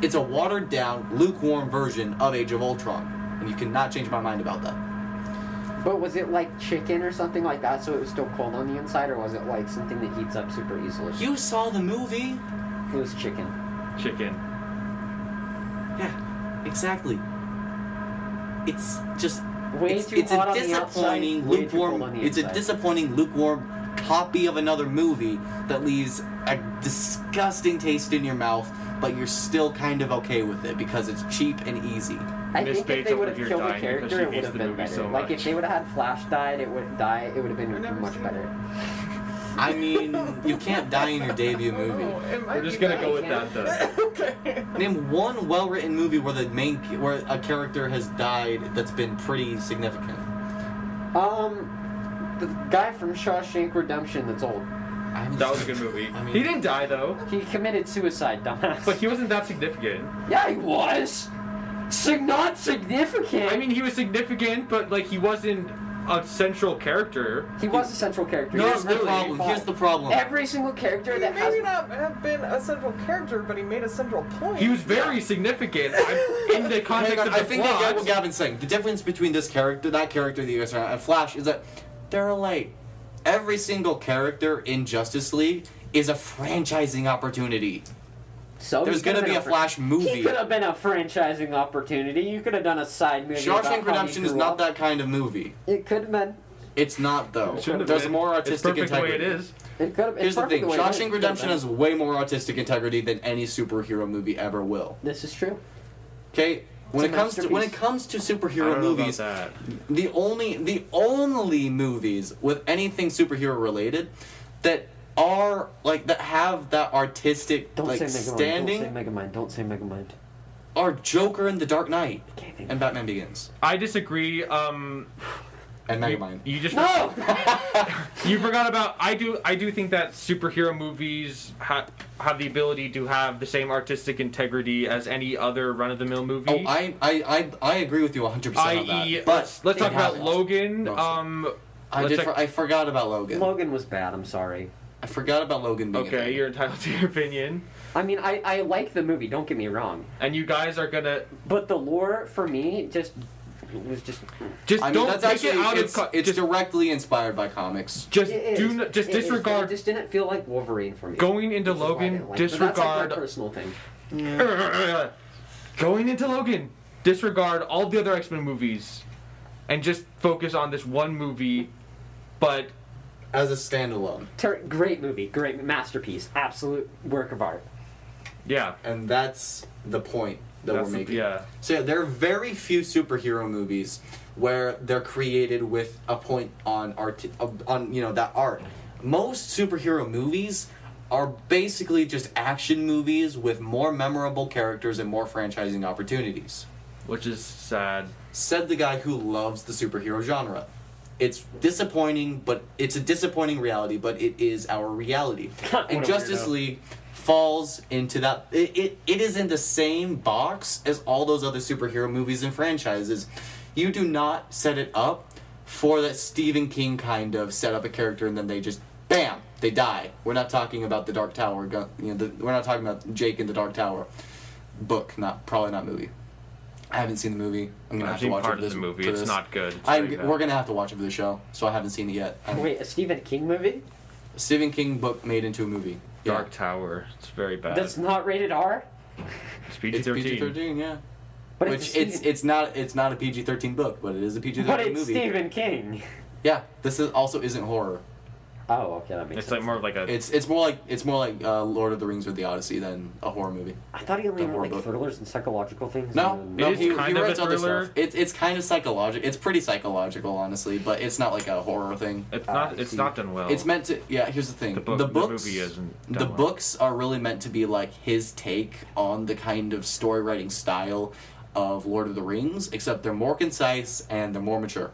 Speaker 1: it's a watered down, lukewarm version of Age of Ultron," and you cannot change my mind about that.
Speaker 3: But was it like chicken or something like that? So it was still cold on the inside, or was it like something that heats up super easily?
Speaker 1: You saw the movie.
Speaker 3: It was chicken.
Speaker 2: Chicken.
Speaker 1: Yeah, exactly. It's just
Speaker 3: Way
Speaker 1: it's,
Speaker 3: too
Speaker 1: it's
Speaker 3: hot
Speaker 1: a
Speaker 3: on the
Speaker 1: disappointing
Speaker 3: outside, way too cold on
Speaker 1: lukewarm.
Speaker 3: the
Speaker 1: It's a
Speaker 3: inside.
Speaker 1: disappointing lukewarm copy of another movie that leaves a disgusting taste in your mouth, but you're still kind of okay with it because it's cheap and easy.
Speaker 3: I
Speaker 2: Miss
Speaker 3: think if
Speaker 2: Bates
Speaker 3: they
Speaker 2: over
Speaker 3: would have
Speaker 2: here
Speaker 3: killed the
Speaker 2: dying because
Speaker 3: character,
Speaker 2: she
Speaker 3: it would
Speaker 2: hates
Speaker 3: have
Speaker 2: the
Speaker 3: been
Speaker 2: movie
Speaker 3: better.
Speaker 2: so
Speaker 3: like
Speaker 2: much.
Speaker 3: if they would have had Flash died, it would die. It would have
Speaker 4: I've
Speaker 3: been
Speaker 4: never
Speaker 3: much
Speaker 4: seen
Speaker 3: better.
Speaker 1: I mean, you can't die in your debut
Speaker 4: Oh,
Speaker 1: movie.
Speaker 2: We're just gonna go with that though.
Speaker 4: okay.
Speaker 1: Name one well-written movie where the main where a character has died that's been pretty significant.
Speaker 3: Um, the guy from Shawshank Redemption that's old.
Speaker 1: I haven't
Speaker 2: That was a
Speaker 1: seen-
Speaker 2: good movie.
Speaker 1: I mean-
Speaker 2: he didn't die though,
Speaker 3: He committed suicide, dumbass.
Speaker 2: but he wasn't that significant.
Speaker 3: yeah, he was. Sig- not significant.
Speaker 2: I mean, he was significant, but like he wasn't a central character.
Speaker 3: he was a central character.
Speaker 2: No,
Speaker 3: He
Speaker 1: Here's
Speaker 3: was
Speaker 1: the
Speaker 2: really.
Speaker 1: problem. Here's the problem.
Speaker 3: Every single character
Speaker 4: He
Speaker 3: that
Speaker 4: maybe
Speaker 3: has
Speaker 4: not have been a central character, but he made a central point.
Speaker 2: He was very significant I, in the
Speaker 1: Hang
Speaker 2: context
Speaker 1: on,
Speaker 2: of the
Speaker 1: I think
Speaker 2: plot.
Speaker 1: I get what Gavin's saying. The difference between this character, that character that you guys are and Flash is that they're late. Every single character in Justice League is a franchising opportunity.
Speaker 3: so
Speaker 1: There's
Speaker 3: he could've
Speaker 1: gonna
Speaker 3: been
Speaker 1: be a
Speaker 3: fr-
Speaker 1: Flash
Speaker 3: He
Speaker 1: movie.
Speaker 3: could have been a franchising opportunity. You could have done a side movie. about how
Speaker 1: Shawshank
Speaker 3: he
Speaker 1: Redemption is
Speaker 3: grew
Speaker 1: not
Speaker 3: up.
Speaker 1: that kind of movie.
Speaker 3: It could have been.
Speaker 1: It's not though.
Speaker 2: It shouldn't have
Speaker 1: There's
Speaker 2: been.
Speaker 1: more
Speaker 2: It's
Speaker 1: artistic
Speaker 2: perfect the way
Speaker 1: integrity.
Speaker 2: it is.
Speaker 3: It could have.
Speaker 1: Here's the thing: Shawshank Redemption has way more artistic integrity than any superhero movie ever will.
Speaker 3: This is true.
Speaker 1: Okay, when
Speaker 3: It's
Speaker 1: it
Speaker 3: a
Speaker 1: comes to when it
Speaker 3: masterpiece.
Speaker 1: comes to
Speaker 2: I
Speaker 1: superhero
Speaker 2: don't know about
Speaker 1: movies,
Speaker 2: that.
Speaker 1: the only the only movies with anything superhero related that are like that have that artistic
Speaker 3: Don't
Speaker 1: like
Speaker 3: say
Speaker 1: standing
Speaker 3: Megamind. Don't say Megamind. Don't say Megamind.
Speaker 1: are Joker and The Dark Knight
Speaker 3: Okay, thank
Speaker 1: and Batman Begins
Speaker 2: I disagree. Um,
Speaker 1: and
Speaker 2: you,
Speaker 1: Megamind.
Speaker 2: you just
Speaker 3: No.
Speaker 2: you forgot about. I do. I do think that superhero movies ha- have the ability to have the same artistic integrity as any other run-of-the-mill movie.
Speaker 1: Oh, I I, I I agree with you 100 percent on
Speaker 2: I.e.,
Speaker 1: that. But
Speaker 2: let's, let's
Speaker 1: it
Speaker 2: talk about
Speaker 1: hasn't.
Speaker 2: Logan.
Speaker 1: No,
Speaker 2: Um,
Speaker 1: I
Speaker 2: let's
Speaker 1: did.
Speaker 2: check-
Speaker 1: For, I forgot about Logan.
Speaker 3: Logan was bad. I'm sorry.
Speaker 1: I forgot about Logan. Being
Speaker 2: okay,
Speaker 1: you
Speaker 2: you're entitled to your opinion,
Speaker 3: I mean, I, I like the movie. Don't get me wrong.
Speaker 2: and you guys are gonna
Speaker 3: But the lore for me just was just.
Speaker 2: just
Speaker 1: I mean,
Speaker 2: don't
Speaker 1: that's
Speaker 2: take
Speaker 1: actually
Speaker 2: it out
Speaker 1: it's,
Speaker 2: of. co-
Speaker 1: it's
Speaker 2: just
Speaker 1: directly inspired by comics.
Speaker 2: just
Speaker 3: It
Speaker 2: do
Speaker 3: is.
Speaker 2: not, just
Speaker 3: It is, but
Speaker 2: disregard
Speaker 3: It just didn't feel like Wolverine for me.
Speaker 2: going into
Speaker 3: Which is why I
Speaker 2: Logan.
Speaker 3: didn't like it. But That's like
Speaker 2: disregard
Speaker 3: my personal thing.
Speaker 2: going into Logan, disregard all the other X Men movies, and just focus on this one movie. But
Speaker 1: As a standalone,
Speaker 3: Ter- great movie. Great masterpiece. Absolute work of art.
Speaker 2: yeah,
Speaker 1: and that's the point that
Speaker 2: that's-
Speaker 1: we're making.
Speaker 2: yeah,
Speaker 1: So yeah, there are very few superhero movies where they're created with a point on art uh, on you know that art. Most superhero movies are basically just action movies with more memorable characters and more franchising opportunities.
Speaker 2: which is sad.
Speaker 1: Said the guy who loves the superhero genre. It's disappointing, but it's a disappointing reality, but it is our reality.
Speaker 3: What
Speaker 1: and
Speaker 2: a
Speaker 1: Justice
Speaker 2: weirdo.
Speaker 1: League falls into that. It, it, it is in the same box as all those other superhero movies and franchises. You do not set it up for that Stephen King kind of set up a character and then they just bam they die. We're not talking about the Dark Tower. gu- You know, the, we're not talking about Jake and the Dark Tower book. Not probably not movie. I haven't seen the movie. I'm gonna
Speaker 2: I've
Speaker 1: have to
Speaker 2: seen
Speaker 1: watch
Speaker 2: part
Speaker 1: it
Speaker 2: of
Speaker 1: for this
Speaker 2: the movie.
Speaker 1: for
Speaker 2: It's
Speaker 1: this.
Speaker 2: not good. It's
Speaker 1: I'm,
Speaker 2: really
Speaker 1: g-
Speaker 2: bad.
Speaker 1: we're gonna have to watch it for the show, so I haven't seen it yet. I-
Speaker 3: Wait, a Stephen King movie?
Speaker 1: Stephen King book made into a movie. Yeah.
Speaker 2: Dark Tower. It's very bad.
Speaker 3: That's not rated R.
Speaker 2: it's
Speaker 1: It's PG
Speaker 2: PG-13.
Speaker 1: thirteen, yeah.
Speaker 3: But
Speaker 1: Which
Speaker 3: it's, a
Speaker 1: it's
Speaker 3: Stephen-
Speaker 1: it's not it's not a PG thirteen book, but it is a PG
Speaker 3: But
Speaker 1: thirteen
Speaker 3: it's
Speaker 1: movie.
Speaker 3: Stephen King.
Speaker 1: Yeah, this is also isn't horror.
Speaker 3: Oh, okay, that makes
Speaker 2: It's
Speaker 3: sense.
Speaker 2: like more of like a.
Speaker 1: It's it's more like it's more like uh, Lord of the Rings or The Odyssey than a horror movie.
Speaker 3: I thought he only
Speaker 1: the
Speaker 3: wrote
Speaker 1: horror
Speaker 3: like
Speaker 1: book.
Speaker 3: thrillers and psychological things.
Speaker 1: No,
Speaker 3: and-
Speaker 1: no,
Speaker 2: is
Speaker 1: he,
Speaker 2: kind
Speaker 1: he
Speaker 2: of a
Speaker 1: writes other
Speaker 2: thriller.
Speaker 1: stuff. It's it's kind of psychological. It's pretty psychological, honestly, but it's not like a horror thing.
Speaker 2: it's
Speaker 3: Ah,
Speaker 2: not.
Speaker 3: I
Speaker 2: it's
Speaker 3: see.
Speaker 2: not done well.
Speaker 1: It's meant to. Yeah, here's the thing.
Speaker 2: The book- the
Speaker 1: books.
Speaker 2: movie isn't
Speaker 1: the
Speaker 2: done well.
Speaker 1: books are really meant to be like his take on the kind of story writing style of Lord of the Rings, except they're more concise and they're more mature.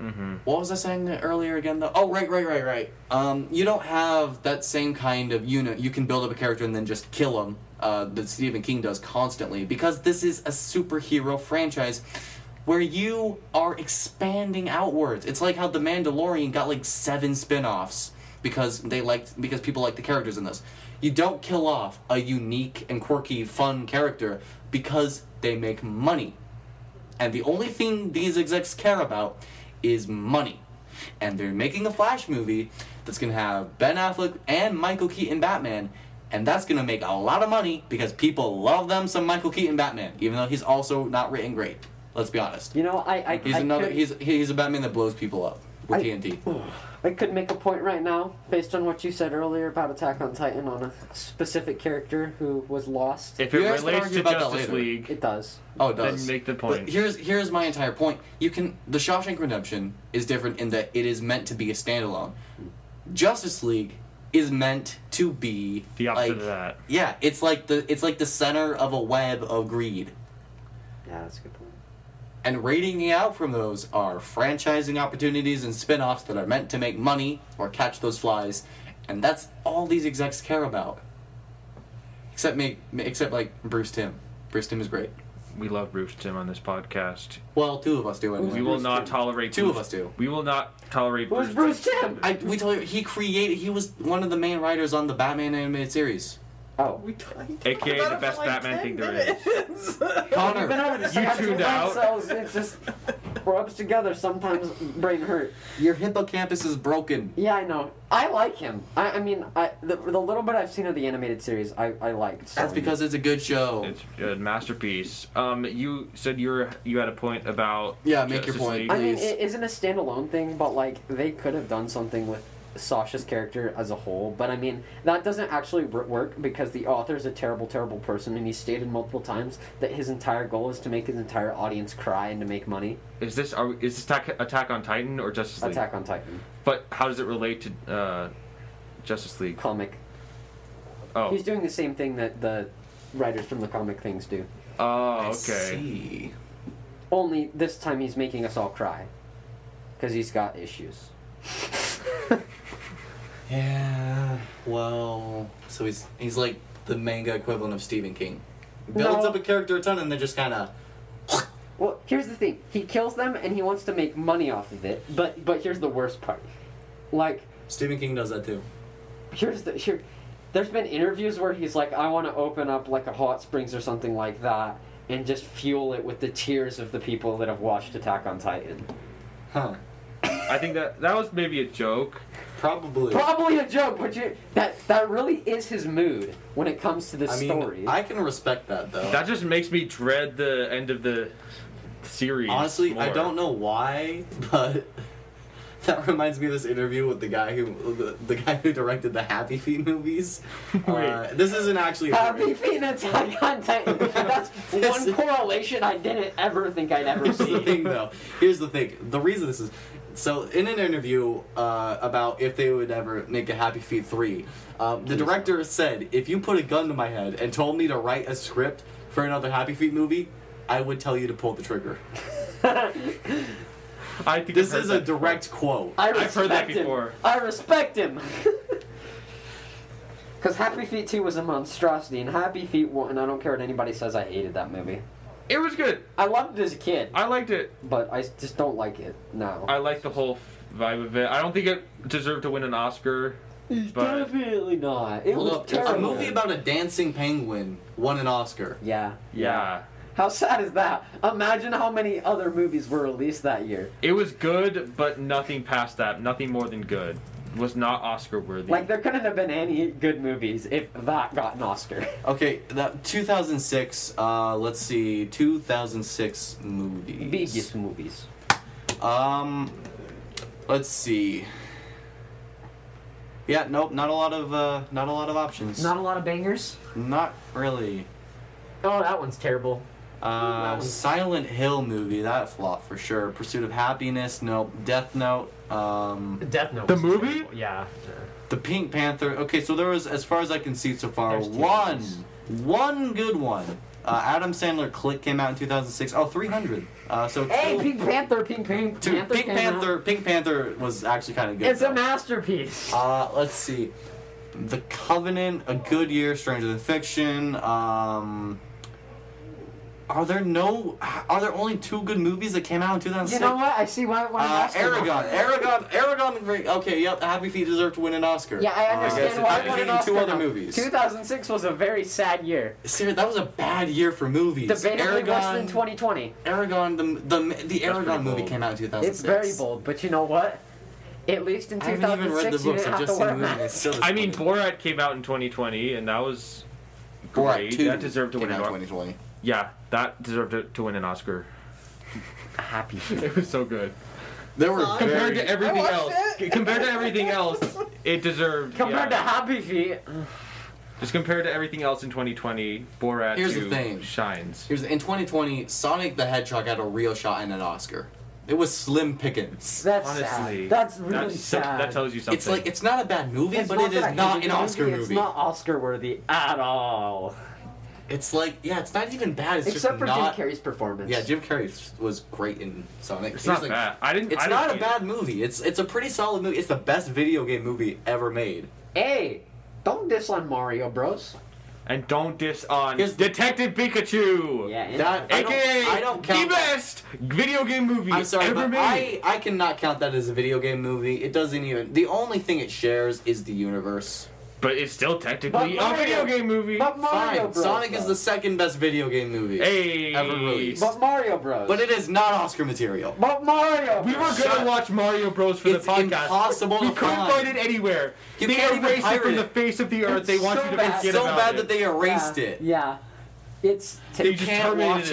Speaker 2: Mm-hmm.
Speaker 1: What was I saying earlier again? Though? Oh, right, right, right, right. Um, you don't have that same kind of unit. You can build up a character and then just kill him. Uh, that Stephen King does constantly because this is a superhero franchise where you are expanding outwards. It's like how The Mandalorian got like seven spin-offs because they liked because people like the characters in this. You don't kill off a unique and quirky, fun character because they make money. And the only thing these execs care about is money. And they're making a Flash movie that's going to have Ben Affleck and Michael Keaton Batman. And that's going to make a lot of money because people love them some Michael Keaton Batman, even though he's also not written great. Let's be honest.
Speaker 3: You know, I, I,
Speaker 1: He's
Speaker 3: I
Speaker 1: another
Speaker 3: could,
Speaker 1: he's he's a Batman that blows people up with
Speaker 3: I- Hmm.
Speaker 1: TNT.
Speaker 3: I could make a point right now based on what you said earlier about Attack on Titan on a specific character who was lost.
Speaker 2: If it
Speaker 1: You guys can
Speaker 2: relates
Speaker 1: argue
Speaker 2: to
Speaker 1: about that
Speaker 2: Justice
Speaker 1: later.
Speaker 2: League,
Speaker 3: It does.
Speaker 1: Oh, it does.
Speaker 2: Then make the
Speaker 1: But
Speaker 2: point.
Speaker 1: here's here's my entire point. You can the Shawshank Redemption is different in that it is meant to be a standalone. Justice League is meant to be
Speaker 2: the opposite
Speaker 1: like,
Speaker 2: of that.
Speaker 1: Yeah, it's like the it's like the center of a web of greed.
Speaker 3: Yeah, that's a good point.
Speaker 1: And rating out from those are franchising opportunities and spin-offs that are meant to make money or catch those flies, and that's all these execs care about. Except make except like Bruce Tim. Bruce Tim is great.
Speaker 2: We love Bruce Tim on this podcast.
Speaker 1: Well, two of us do anyway.
Speaker 2: We will
Speaker 3: Bruce
Speaker 2: not
Speaker 3: Timm?
Speaker 2: tolerate
Speaker 1: Two of
Speaker 2: Bruce-
Speaker 1: us do.
Speaker 2: We will not tolerate
Speaker 3: Who's
Speaker 2: Bruce.
Speaker 3: Bruce
Speaker 2: Timm.
Speaker 3: Tim?
Speaker 1: I we told you he created he was one of the main writers on the Batman animated series.
Speaker 3: Oh.
Speaker 4: We talked
Speaker 2: AKA
Speaker 4: about
Speaker 2: the
Speaker 4: it
Speaker 2: best
Speaker 4: for like
Speaker 2: Batman
Speaker 4: 10
Speaker 2: thing there is.
Speaker 4: minutes.
Speaker 3: We've been
Speaker 1: Connor,
Speaker 3: over this
Speaker 2: You
Speaker 3: like two
Speaker 2: tuned
Speaker 3: brain
Speaker 2: out.
Speaker 3: cells, It just rubs together. Sometimes brain hurt.
Speaker 1: your hippocampus is broken.
Speaker 3: Yeah, I know. I like him. I, I mean, I, the, the little bit I've seen of the animated series, I, I liked. so-
Speaker 1: That's because it's a good show.
Speaker 2: It's a masterpiece. Um, you said you were you had a point about
Speaker 1: Yeah, make your
Speaker 2: Justice
Speaker 1: point.
Speaker 2: League.
Speaker 3: I mean,
Speaker 1: Please.
Speaker 3: it isn't a standalone thing, but like they could have done something with Sasha's character as a whole. But I mean, that doesn't actually wor- work because the author is a terrible, terrible person, and he stated multiple times that his entire goal is to make his entire audience cry and to make money.
Speaker 2: Is this are, we- is this attack, attack on Titan or Justice League?
Speaker 3: Attack on Titan
Speaker 2: But how does it relate to uh, Justice League?
Speaker 3: comic.
Speaker 2: Oh,
Speaker 3: He's doing the same thing that the writers from the comic things do.
Speaker 2: oh,
Speaker 1: I
Speaker 2: okay.
Speaker 1: see.
Speaker 3: Only this time he's making us all cry because he's got issues.
Speaker 1: Yeah. Well, so he's he's like the manga equivalent of Stephen King. Builds
Speaker 3: No.
Speaker 1: up a character a ton and then just kind of.
Speaker 3: Well, here's the thing. He kills them and he wants to make money off of it. But but here's the worst part. Like
Speaker 1: Stephen King does that too.
Speaker 3: here's the here there's been interviews where he's like i want to open up like a hot springs or something like that and just fuel it with the tears of the people that have watched attack on titan
Speaker 1: Huh.
Speaker 2: I think that that was maybe a joke.
Speaker 1: Probably.
Speaker 3: probably a joke but you that that really is his mood when it comes to this
Speaker 1: I mean,
Speaker 3: story
Speaker 1: I can respect that though.
Speaker 2: That just makes me dread the end of the series.
Speaker 1: Honestly, I
Speaker 2: more.
Speaker 1: don't know why, but that reminds me of this interview with the guy who the, the guy who directed the Happy Feet movies. Uh,
Speaker 2: Wait.
Speaker 1: this isn't actually a
Speaker 3: Happy
Speaker 1: movie.
Speaker 3: Feet and Attack on Titan. That's
Speaker 1: This
Speaker 3: one
Speaker 1: is-
Speaker 3: correlation I didn't ever think I'd ever
Speaker 1: Here's the thing,
Speaker 3: see.
Speaker 1: though. Here's the thing. The reason this is so in an interview uh, about if they would ever make a Happy Feet three, um, the director said, "If you put a gun to my head and told me to write a script for another Happy Feet movie, I would tell you to pull the trigger."
Speaker 2: I think
Speaker 1: This
Speaker 2: I've heard
Speaker 1: is a
Speaker 2: that.
Speaker 1: direct quote.
Speaker 3: I
Speaker 2: I've heard that
Speaker 3: respect him.
Speaker 2: before.
Speaker 3: I respect him. Because Happy Feet 2 was a monstrosity, and Happy Feet 1, and I don't care what anybody says, I hated that movie.
Speaker 2: It was good.
Speaker 3: I loved it as a kid,
Speaker 2: I liked it.
Speaker 3: but I just don't like it now.
Speaker 2: I liked the whole vibe of it. I don't think it deserved to win an Oscar. but-
Speaker 3: Definitely not. It
Speaker 1: Look,
Speaker 3: was terrible.
Speaker 1: a movie about a dancing penguin won an Oscar.
Speaker 3: Yeah.
Speaker 2: Yeah.
Speaker 3: How sad is that? Imagine how many other movies were released that year.
Speaker 2: It was good, but nothing past that. Nothing more than good. Was not Oscar worthy.
Speaker 3: Like, there couldn't have been any good movies if that got an Oscar.
Speaker 1: Okay, that 2006. Uh, let's see, 2006 movies.
Speaker 3: Biggest movies.
Speaker 1: Um, let's see. Yeah, nope, not a lot of uh, not a lot of options.
Speaker 5: Not a lot of bangers.
Speaker 1: Not really.
Speaker 5: Oh, that one's terrible.
Speaker 1: Uh,
Speaker 5: Wow.
Speaker 1: Silent Hill movie that flop for sure. Pursuit of Happiness, nope. Death Note, um,
Speaker 5: Death Note.
Speaker 2: The
Speaker 5: was
Speaker 2: movie?
Speaker 5: terrible. Yeah.
Speaker 1: The Pink Panther. Okay, so there was, as far as I can see so far,
Speaker 5: There's two
Speaker 1: one,
Speaker 5: movies.
Speaker 1: one good one. Uh, Adam Sandler Click came out in 2006. Oh, 300. Uh, so
Speaker 5: Hey,
Speaker 1: two-
Speaker 5: Pink Panther, Pink Pink
Speaker 1: two-
Speaker 5: Panther.
Speaker 1: Pink
Speaker 5: came out.
Speaker 1: Panther. Pink Panther was actually kind of good.
Speaker 5: It's
Speaker 1: though.
Speaker 5: a masterpiece.
Speaker 1: Uh, let's see. The Covenant, A Good Year, Stranger Than Fiction. Um, are there no? Are there only two good movies that came out in
Speaker 5: you
Speaker 1: 2006?
Speaker 5: know what? I see why. why I'm
Speaker 1: Uh, Aragon, Aragon, Aragon. the Great- Okay, yep. Happy Feet deserved to win an Oscar.
Speaker 3: Yeah, I
Speaker 1: Uh,
Speaker 3: understand
Speaker 1: guess it-
Speaker 3: why
Speaker 1: Happy
Speaker 3: it won
Speaker 1: Feet
Speaker 3: an
Speaker 1: and two
Speaker 3: Oscar
Speaker 1: other
Speaker 3: now.
Speaker 1: movies.
Speaker 3: 2006 was a very sad year.
Speaker 1: Seriously, that was a bad year for movies.
Speaker 3: Debatably
Speaker 1: Aragon,
Speaker 3: worse than 2020.
Speaker 1: Aragon, the the the Aragon
Speaker 2: pretty
Speaker 1: movie
Speaker 2: bold.
Speaker 1: came out in 2006.
Speaker 3: It's very bold, but you know what? At least in
Speaker 1: I haven't even read the
Speaker 3: 2006, you
Speaker 1: books. I've
Speaker 3: didn't have to
Speaker 1: just seen
Speaker 3: wear
Speaker 1: the
Speaker 3: a
Speaker 1: movie. and it's
Speaker 3: mask.
Speaker 1: still as
Speaker 2: I mean,
Speaker 1: funny.
Speaker 2: Borat came out in 2020, and that was
Speaker 1: Borat
Speaker 2: great.
Speaker 1: two
Speaker 2: that deserved to
Speaker 1: came
Speaker 2: win
Speaker 1: out
Speaker 2: an
Speaker 1: in
Speaker 2: Oscar.
Speaker 1: 2020.
Speaker 2: Yeah, that deserved to, to win an Oscar.
Speaker 3: Happy.
Speaker 2: It was so good.
Speaker 1: There were
Speaker 4: Sorry.
Speaker 1: very
Speaker 2: Compared to everything
Speaker 4: watched
Speaker 2: else,
Speaker 4: it.
Speaker 2: compared to everything else, it deserved.
Speaker 3: Compared to
Speaker 2: yeah.
Speaker 3: Happy Feet,
Speaker 2: just compared to everything else in 2020, Borat
Speaker 1: Here's the
Speaker 2: 2
Speaker 1: thing.
Speaker 2: shines.
Speaker 1: Here's in 2020, Sonic the Hedgehog had a real shot in an Oscar. It was slim pickings.
Speaker 3: that's
Speaker 2: Honestly,
Speaker 3: sad. That's really
Speaker 2: that,
Speaker 3: sad.
Speaker 2: that tells you something.
Speaker 1: It's like it's not a bad movie,
Speaker 3: It's
Speaker 1: but it
Speaker 3: that I
Speaker 1: is
Speaker 3: hate
Speaker 1: not
Speaker 3: the
Speaker 1: an Oscar movie.
Speaker 3: It's not Oscar worthy at all.
Speaker 1: It's like yeah, it's not even bad. It's
Speaker 3: Except
Speaker 1: just
Speaker 3: for
Speaker 1: not.
Speaker 3: Jim Carrey's performance.
Speaker 1: Yeah, Jim Carrey s- was great in Sonic.
Speaker 2: it's
Speaker 1: He was
Speaker 2: not
Speaker 1: like-
Speaker 2: bad. I didn't.
Speaker 1: It's
Speaker 2: I didn't
Speaker 1: not a
Speaker 2: hate
Speaker 1: bad movie. It's it's a pretty solid movie. It's the best video game movie ever made.
Speaker 3: Hey, don't diss on Mario Bros.
Speaker 2: It. And don't diss on
Speaker 1: Here's-
Speaker 2: Detective Pikachu.
Speaker 3: Yeah, and
Speaker 1: That I don't,
Speaker 2: AKA
Speaker 1: I don't count.
Speaker 2: the
Speaker 1: that.
Speaker 2: best video game movie
Speaker 1: I'm sorry,
Speaker 2: ever
Speaker 1: but
Speaker 2: made.
Speaker 1: I I cannot count that as a video game movie. It doesn't even. The only thing it shares is the universe.
Speaker 2: But it's still technically
Speaker 3: But
Speaker 2: a video
Speaker 3: Mario-
Speaker 2: game movie.
Speaker 3: but Mario
Speaker 1: Fine.
Speaker 3: Bros.
Speaker 1: Sonic is
Speaker 3: though.
Speaker 1: the second best video game movie
Speaker 2: hey,
Speaker 1: ever released.
Speaker 3: But Mario Bros.
Speaker 1: But it is not Oscar material.
Speaker 3: But Mario.
Speaker 2: we were gonna
Speaker 1: Shut-
Speaker 2: watch Mario Bros for
Speaker 1: It's
Speaker 2: the podcast.
Speaker 1: impossible
Speaker 2: We
Speaker 1: to
Speaker 2: couldn't
Speaker 1: find.
Speaker 2: find. it anywhere.
Speaker 1: You
Speaker 2: they
Speaker 1: can't even
Speaker 2: erased it
Speaker 1: pirate
Speaker 2: from the
Speaker 1: it.
Speaker 2: face of the earth. they want
Speaker 3: so
Speaker 2: you to
Speaker 3: bad.
Speaker 2: forget
Speaker 1: so
Speaker 2: about
Speaker 1: bad
Speaker 2: it.
Speaker 1: that they erased it.
Speaker 3: Yeah, it's
Speaker 2: They
Speaker 3: t-
Speaker 2: just
Speaker 1: can't
Speaker 2: terminated
Speaker 1: watch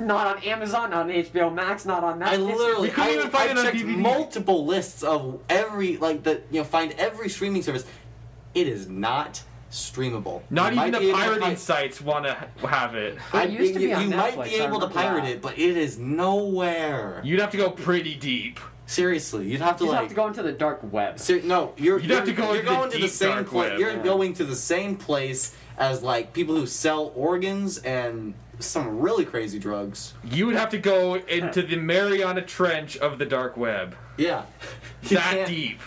Speaker 1: it.
Speaker 3: not on Amazon, not on HBO Max, not on that.
Speaker 1: I
Speaker 3: It's-
Speaker 1: literally
Speaker 2: We couldn't
Speaker 1: I,
Speaker 2: even find
Speaker 1: I
Speaker 2: it on
Speaker 1: checked
Speaker 2: DVD.
Speaker 1: multiple lists of every like the you know find every streaming service. It is not streamable.
Speaker 2: Not
Speaker 1: You might
Speaker 2: even
Speaker 1: be
Speaker 2: the
Speaker 1: able to
Speaker 2: pirating
Speaker 1: fi-
Speaker 2: sites want to have it.
Speaker 1: I
Speaker 3: It used
Speaker 1: think
Speaker 3: to be
Speaker 1: you,
Speaker 3: on
Speaker 1: you might
Speaker 3: Netflix,
Speaker 1: be
Speaker 3: I
Speaker 1: able to
Speaker 3: remember
Speaker 1: pirate
Speaker 3: that.
Speaker 1: it, but it is nowhere.
Speaker 2: You'd have to go pretty deep.
Speaker 1: Seriously, you'd have to
Speaker 3: You'd
Speaker 1: like
Speaker 3: have to go into the dark web.
Speaker 1: Ser- no, you're
Speaker 2: You'd have
Speaker 1: you're-
Speaker 2: to go
Speaker 1: you're
Speaker 2: into the
Speaker 1: going to the
Speaker 2: deep
Speaker 1: same
Speaker 2: dark
Speaker 1: place.
Speaker 2: web.
Speaker 1: You're
Speaker 3: Yeah.
Speaker 1: going to the same place as like people who sell organs and some really crazy drugs.
Speaker 2: You would have to go into the Mariana Trench of the dark web.
Speaker 1: Yeah, You
Speaker 2: That
Speaker 1: can't-
Speaker 2: deep.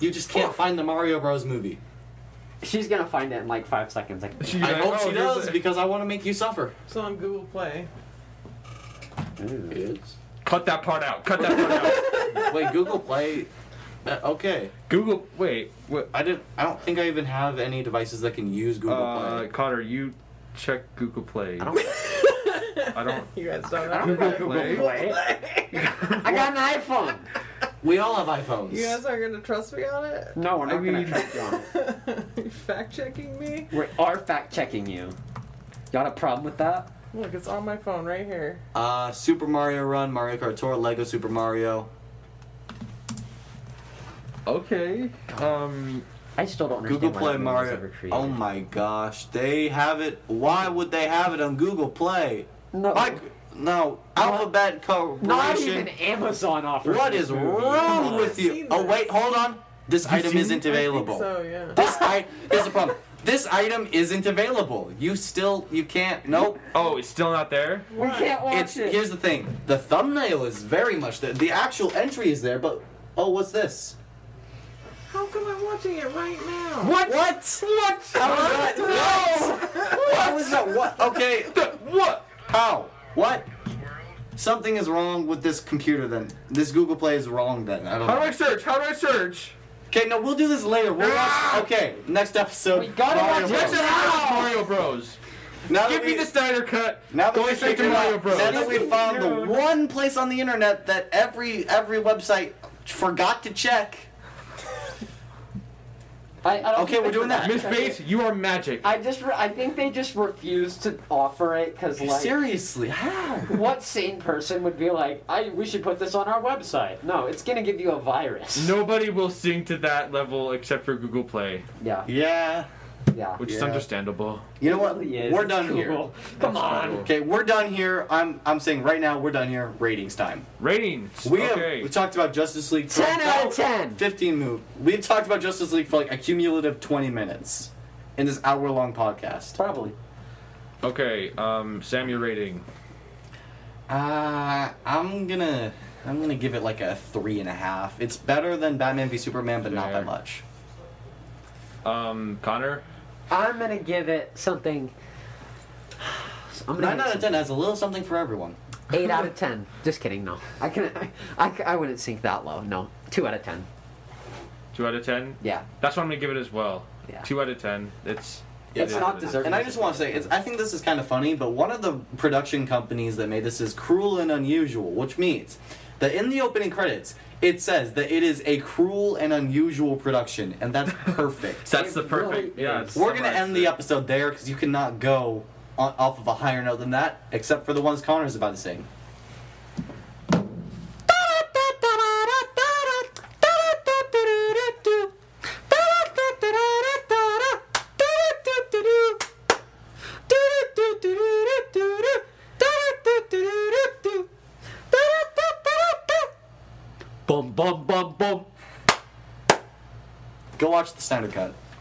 Speaker 1: You just can't find the Mario Bros movie.
Speaker 3: She's gonna find it in like five seconds. I
Speaker 2: She'd
Speaker 3: can
Speaker 2: be
Speaker 1: I
Speaker 2: like,
Speaker 1: hope
Speaker 2: "Oh,
Speaker 1: she
Speaker 2: here's
Speaker 1: does
Speaker 2: a-"
Speaker 1: because I want to make you suffer.
Speaker 4: It's on Google Play.
Speaker 2: Cut that part out. Cut that part out.
Speaker 1: Wait, Google Play. uh, okay,
Speaker 2: Google. Wait. What?
Speaker 1: I didn't. I don't think I even have any devices that can use Google
Speaker 2: Uh,
Speaker 1: Play.
Speaker 2: Connor, you check Google Play. I
Speaker 3: don't-
Speaker 2: I don't.
Speaker 4: You guys don't
Speaker 3: I
Speaker 4: know.
Speaker 3: don't have
Speaker 2: Google
Speaker 3: Google Play. I got an iPhone.
Speaker 1: We all have iPhones.
Speaker 4: You guys aren't gonna trust me on it?
Speaker 3: No, we're
Speaker 2: I
Speaker 3: not gonna
Speaker 2: mean-
Speaker 3: trust you on it.
Speaker 4: you fact checking me?
Speaker 3: We are fact checking you. Got a problem with that?
Speaker 4: Look, it's on my phone right here.
Speaker 1: Uh, Super Mario Run, Mario Kart Tour, Lego Super Mario,
Speaker 2: Okay. Um.
Speaker 3: I still don't understand
Speaker 1: Google
Speaker 3: why
Speaker 1: Play
Speaker 3: that movie was
Speaker 1: Mario.
Speaker 3: ever created.
Speaker 1: Oh my gosh, they have it. Why would they have it on Google Play?
Speaker 3: No,
Speaker 1: Like, no, Alphabet
Speaker 3: not even
Speaker 1: Corporation.
Speaker 3: Amazon offers.
Speaker 1: What
Speaker 3: this
Speaker 1: is
Speaker 3: movie.
Speaker 1: wrong
Speaker 4: I've
Speaker 1: with you?
Speaker 4: seen
Speaker 1: Oh
Speaker 4: this.
Speaker 1: wait, hold on. This item
Speaker 2: seen
Speaker 1: isn't
Speaker 2: it?
Speaker 1: available.
Speaker 4: So yeah.
Speaker 1: This I here's the problem. This item isn't available. You still you can't. Nope.
Speaker 2: Oh, it's still not there.
Speaker 3: We can't watch
Speaker 1: It's
Speaker 3: it.
Speaker 1: here's the thing. The thumbnail is very much there. The actual entry is there, but oh, what's this?
Speaker 4: How come I'm watching it right now?
Speaker 1: What? What? What? How is that? What? How is that? What? Okay.
Speaker 2: What?
Speaker 1: How? What? Something is wrong with this computer. Then this Google Play is wrong. Then I don't
Speaker 2: How do
Speaker 1: know.
Speaker 2: I search? How do I search?
Speaker 1: Okay, no, we'll do this later. We'll
Speaker 2: Ah!
Speaker 1: watch. Okay, next episode.
Speaker 3: We gotta
Speaker 1: Mario
Speaker 3: watch
Speaker 1: Bros.
Speaker 2: Yes,
Speaker 3: it.
Speaker 2: it's Mario Bros.
Speaker 1: Now that
Speaker 2: Give me
Speaker 1: we-
Speaker 2: the Snyder cut.
Speaker 1: Now that,
Speaker 2: going
Speaker 1: we
Speaker 2: straight to
Speaker 1: figured
Speaker 2: Mario
Speaker 1: out-
Speaker 2: Bros.
Speaker 1: now that we found the
Speaker 2: Dude.
Speaker 1: one place on the internet that every every website forgot to check,
Speaker 3: I, I don't
Speaker 1: Okay,
Speaker 3: think
Speaker 1: we're
Speaker 3: they-
Speaker 1: doing that.
Speaker 2: Miss Bates, you are magic.
Speaker 3: I just, re- I think they just refused to offer it because like,
Speaker 1: Seriously, how?
Speaker 3: what sane person would be like, I, we should put this on our website? No, it's gonna give you a virus.
Speaker 2: Nobody will sing to that level except for Google Play,
Speaker 3: Yeah,
Speaker 1: Yeah.
Speaker 3: yeah.
Speaker 2: which is
Speaker 1: Yeah.
Speaker 2: understandable.
Speaker 1: You know what?
Speaker 3: Really is.
Speaker 1: We're done
Speaker 3: Cool.
Speaker 1: here.
Speaker 3: Come on.
Speaker 1: Okay, we're done here. I'm I'm saying right now we're done here. Ratings time.
Speaker 2: Ratings.
Speaker 1: We
Speaker 2: okay.
Speaker 1: have we talked about Justice League for
Speaker 3: Ten out
Speaker 1: about
Speaker 3: of ten.
Speaker 1: 15 move. We've talked about Justice League for like a cumulative 20 minutes in this hour long podcast.
Speaker 3: Probably.
Speaker 2: okay. Um, Sam, your rating.
Speaker 1: Uh, I'm gonna I'm gonna give it like a three and a half. It's better than Batman v Superman, but not by
Speaker 2: Fair.
Speaker 1: much.
Speaker 2: Um, Connor.
Speaker 3: I'm gonna give it something. I'm gonna
Speaker 1: Nine
Speaker 3: give it
Speaker 1: out of ten has a little something for everyone.
Speaker 3: some- Eight out of ten. Just kidding. No, I can. I, I, I wouldn't sink that low. No, two out of ten.
Speaker 2: Two out of ten.
Speaker 3: Yeah.
Speaker 2: That's what I'm gonna give it as well.
Speaker 3: Yeah.
Speaker 2: Two out of ten. It's.
Speaker 1: Yeah,
Speaker 3: It's not deserving.
Speaker 1: And I just want to say, it's, I think this is kind of funny, but one of the production companies that made this is Cruel and Unusual, which means that in the opening credits, it says that it is a cruel and unusual production, and that's perfect.
Speaker 2: That's the
Speaker 3: It
Speaker 2: perfect.
Speaker 3: really
Speaker 2: yeah.
Speaker 3: is.
Speaker 2: it
Speaker 1: We're going to
Speaker 2: summarizes
Speaker 1: end the
Speaker 2: it.
Speaker 1: episode there because you cannot go on, off of a higher note than that, except for the ones Connor's about to sing.
Speaker 3: Bum bum bum bum.
Speaker 1: Go watch the Snyder Cut.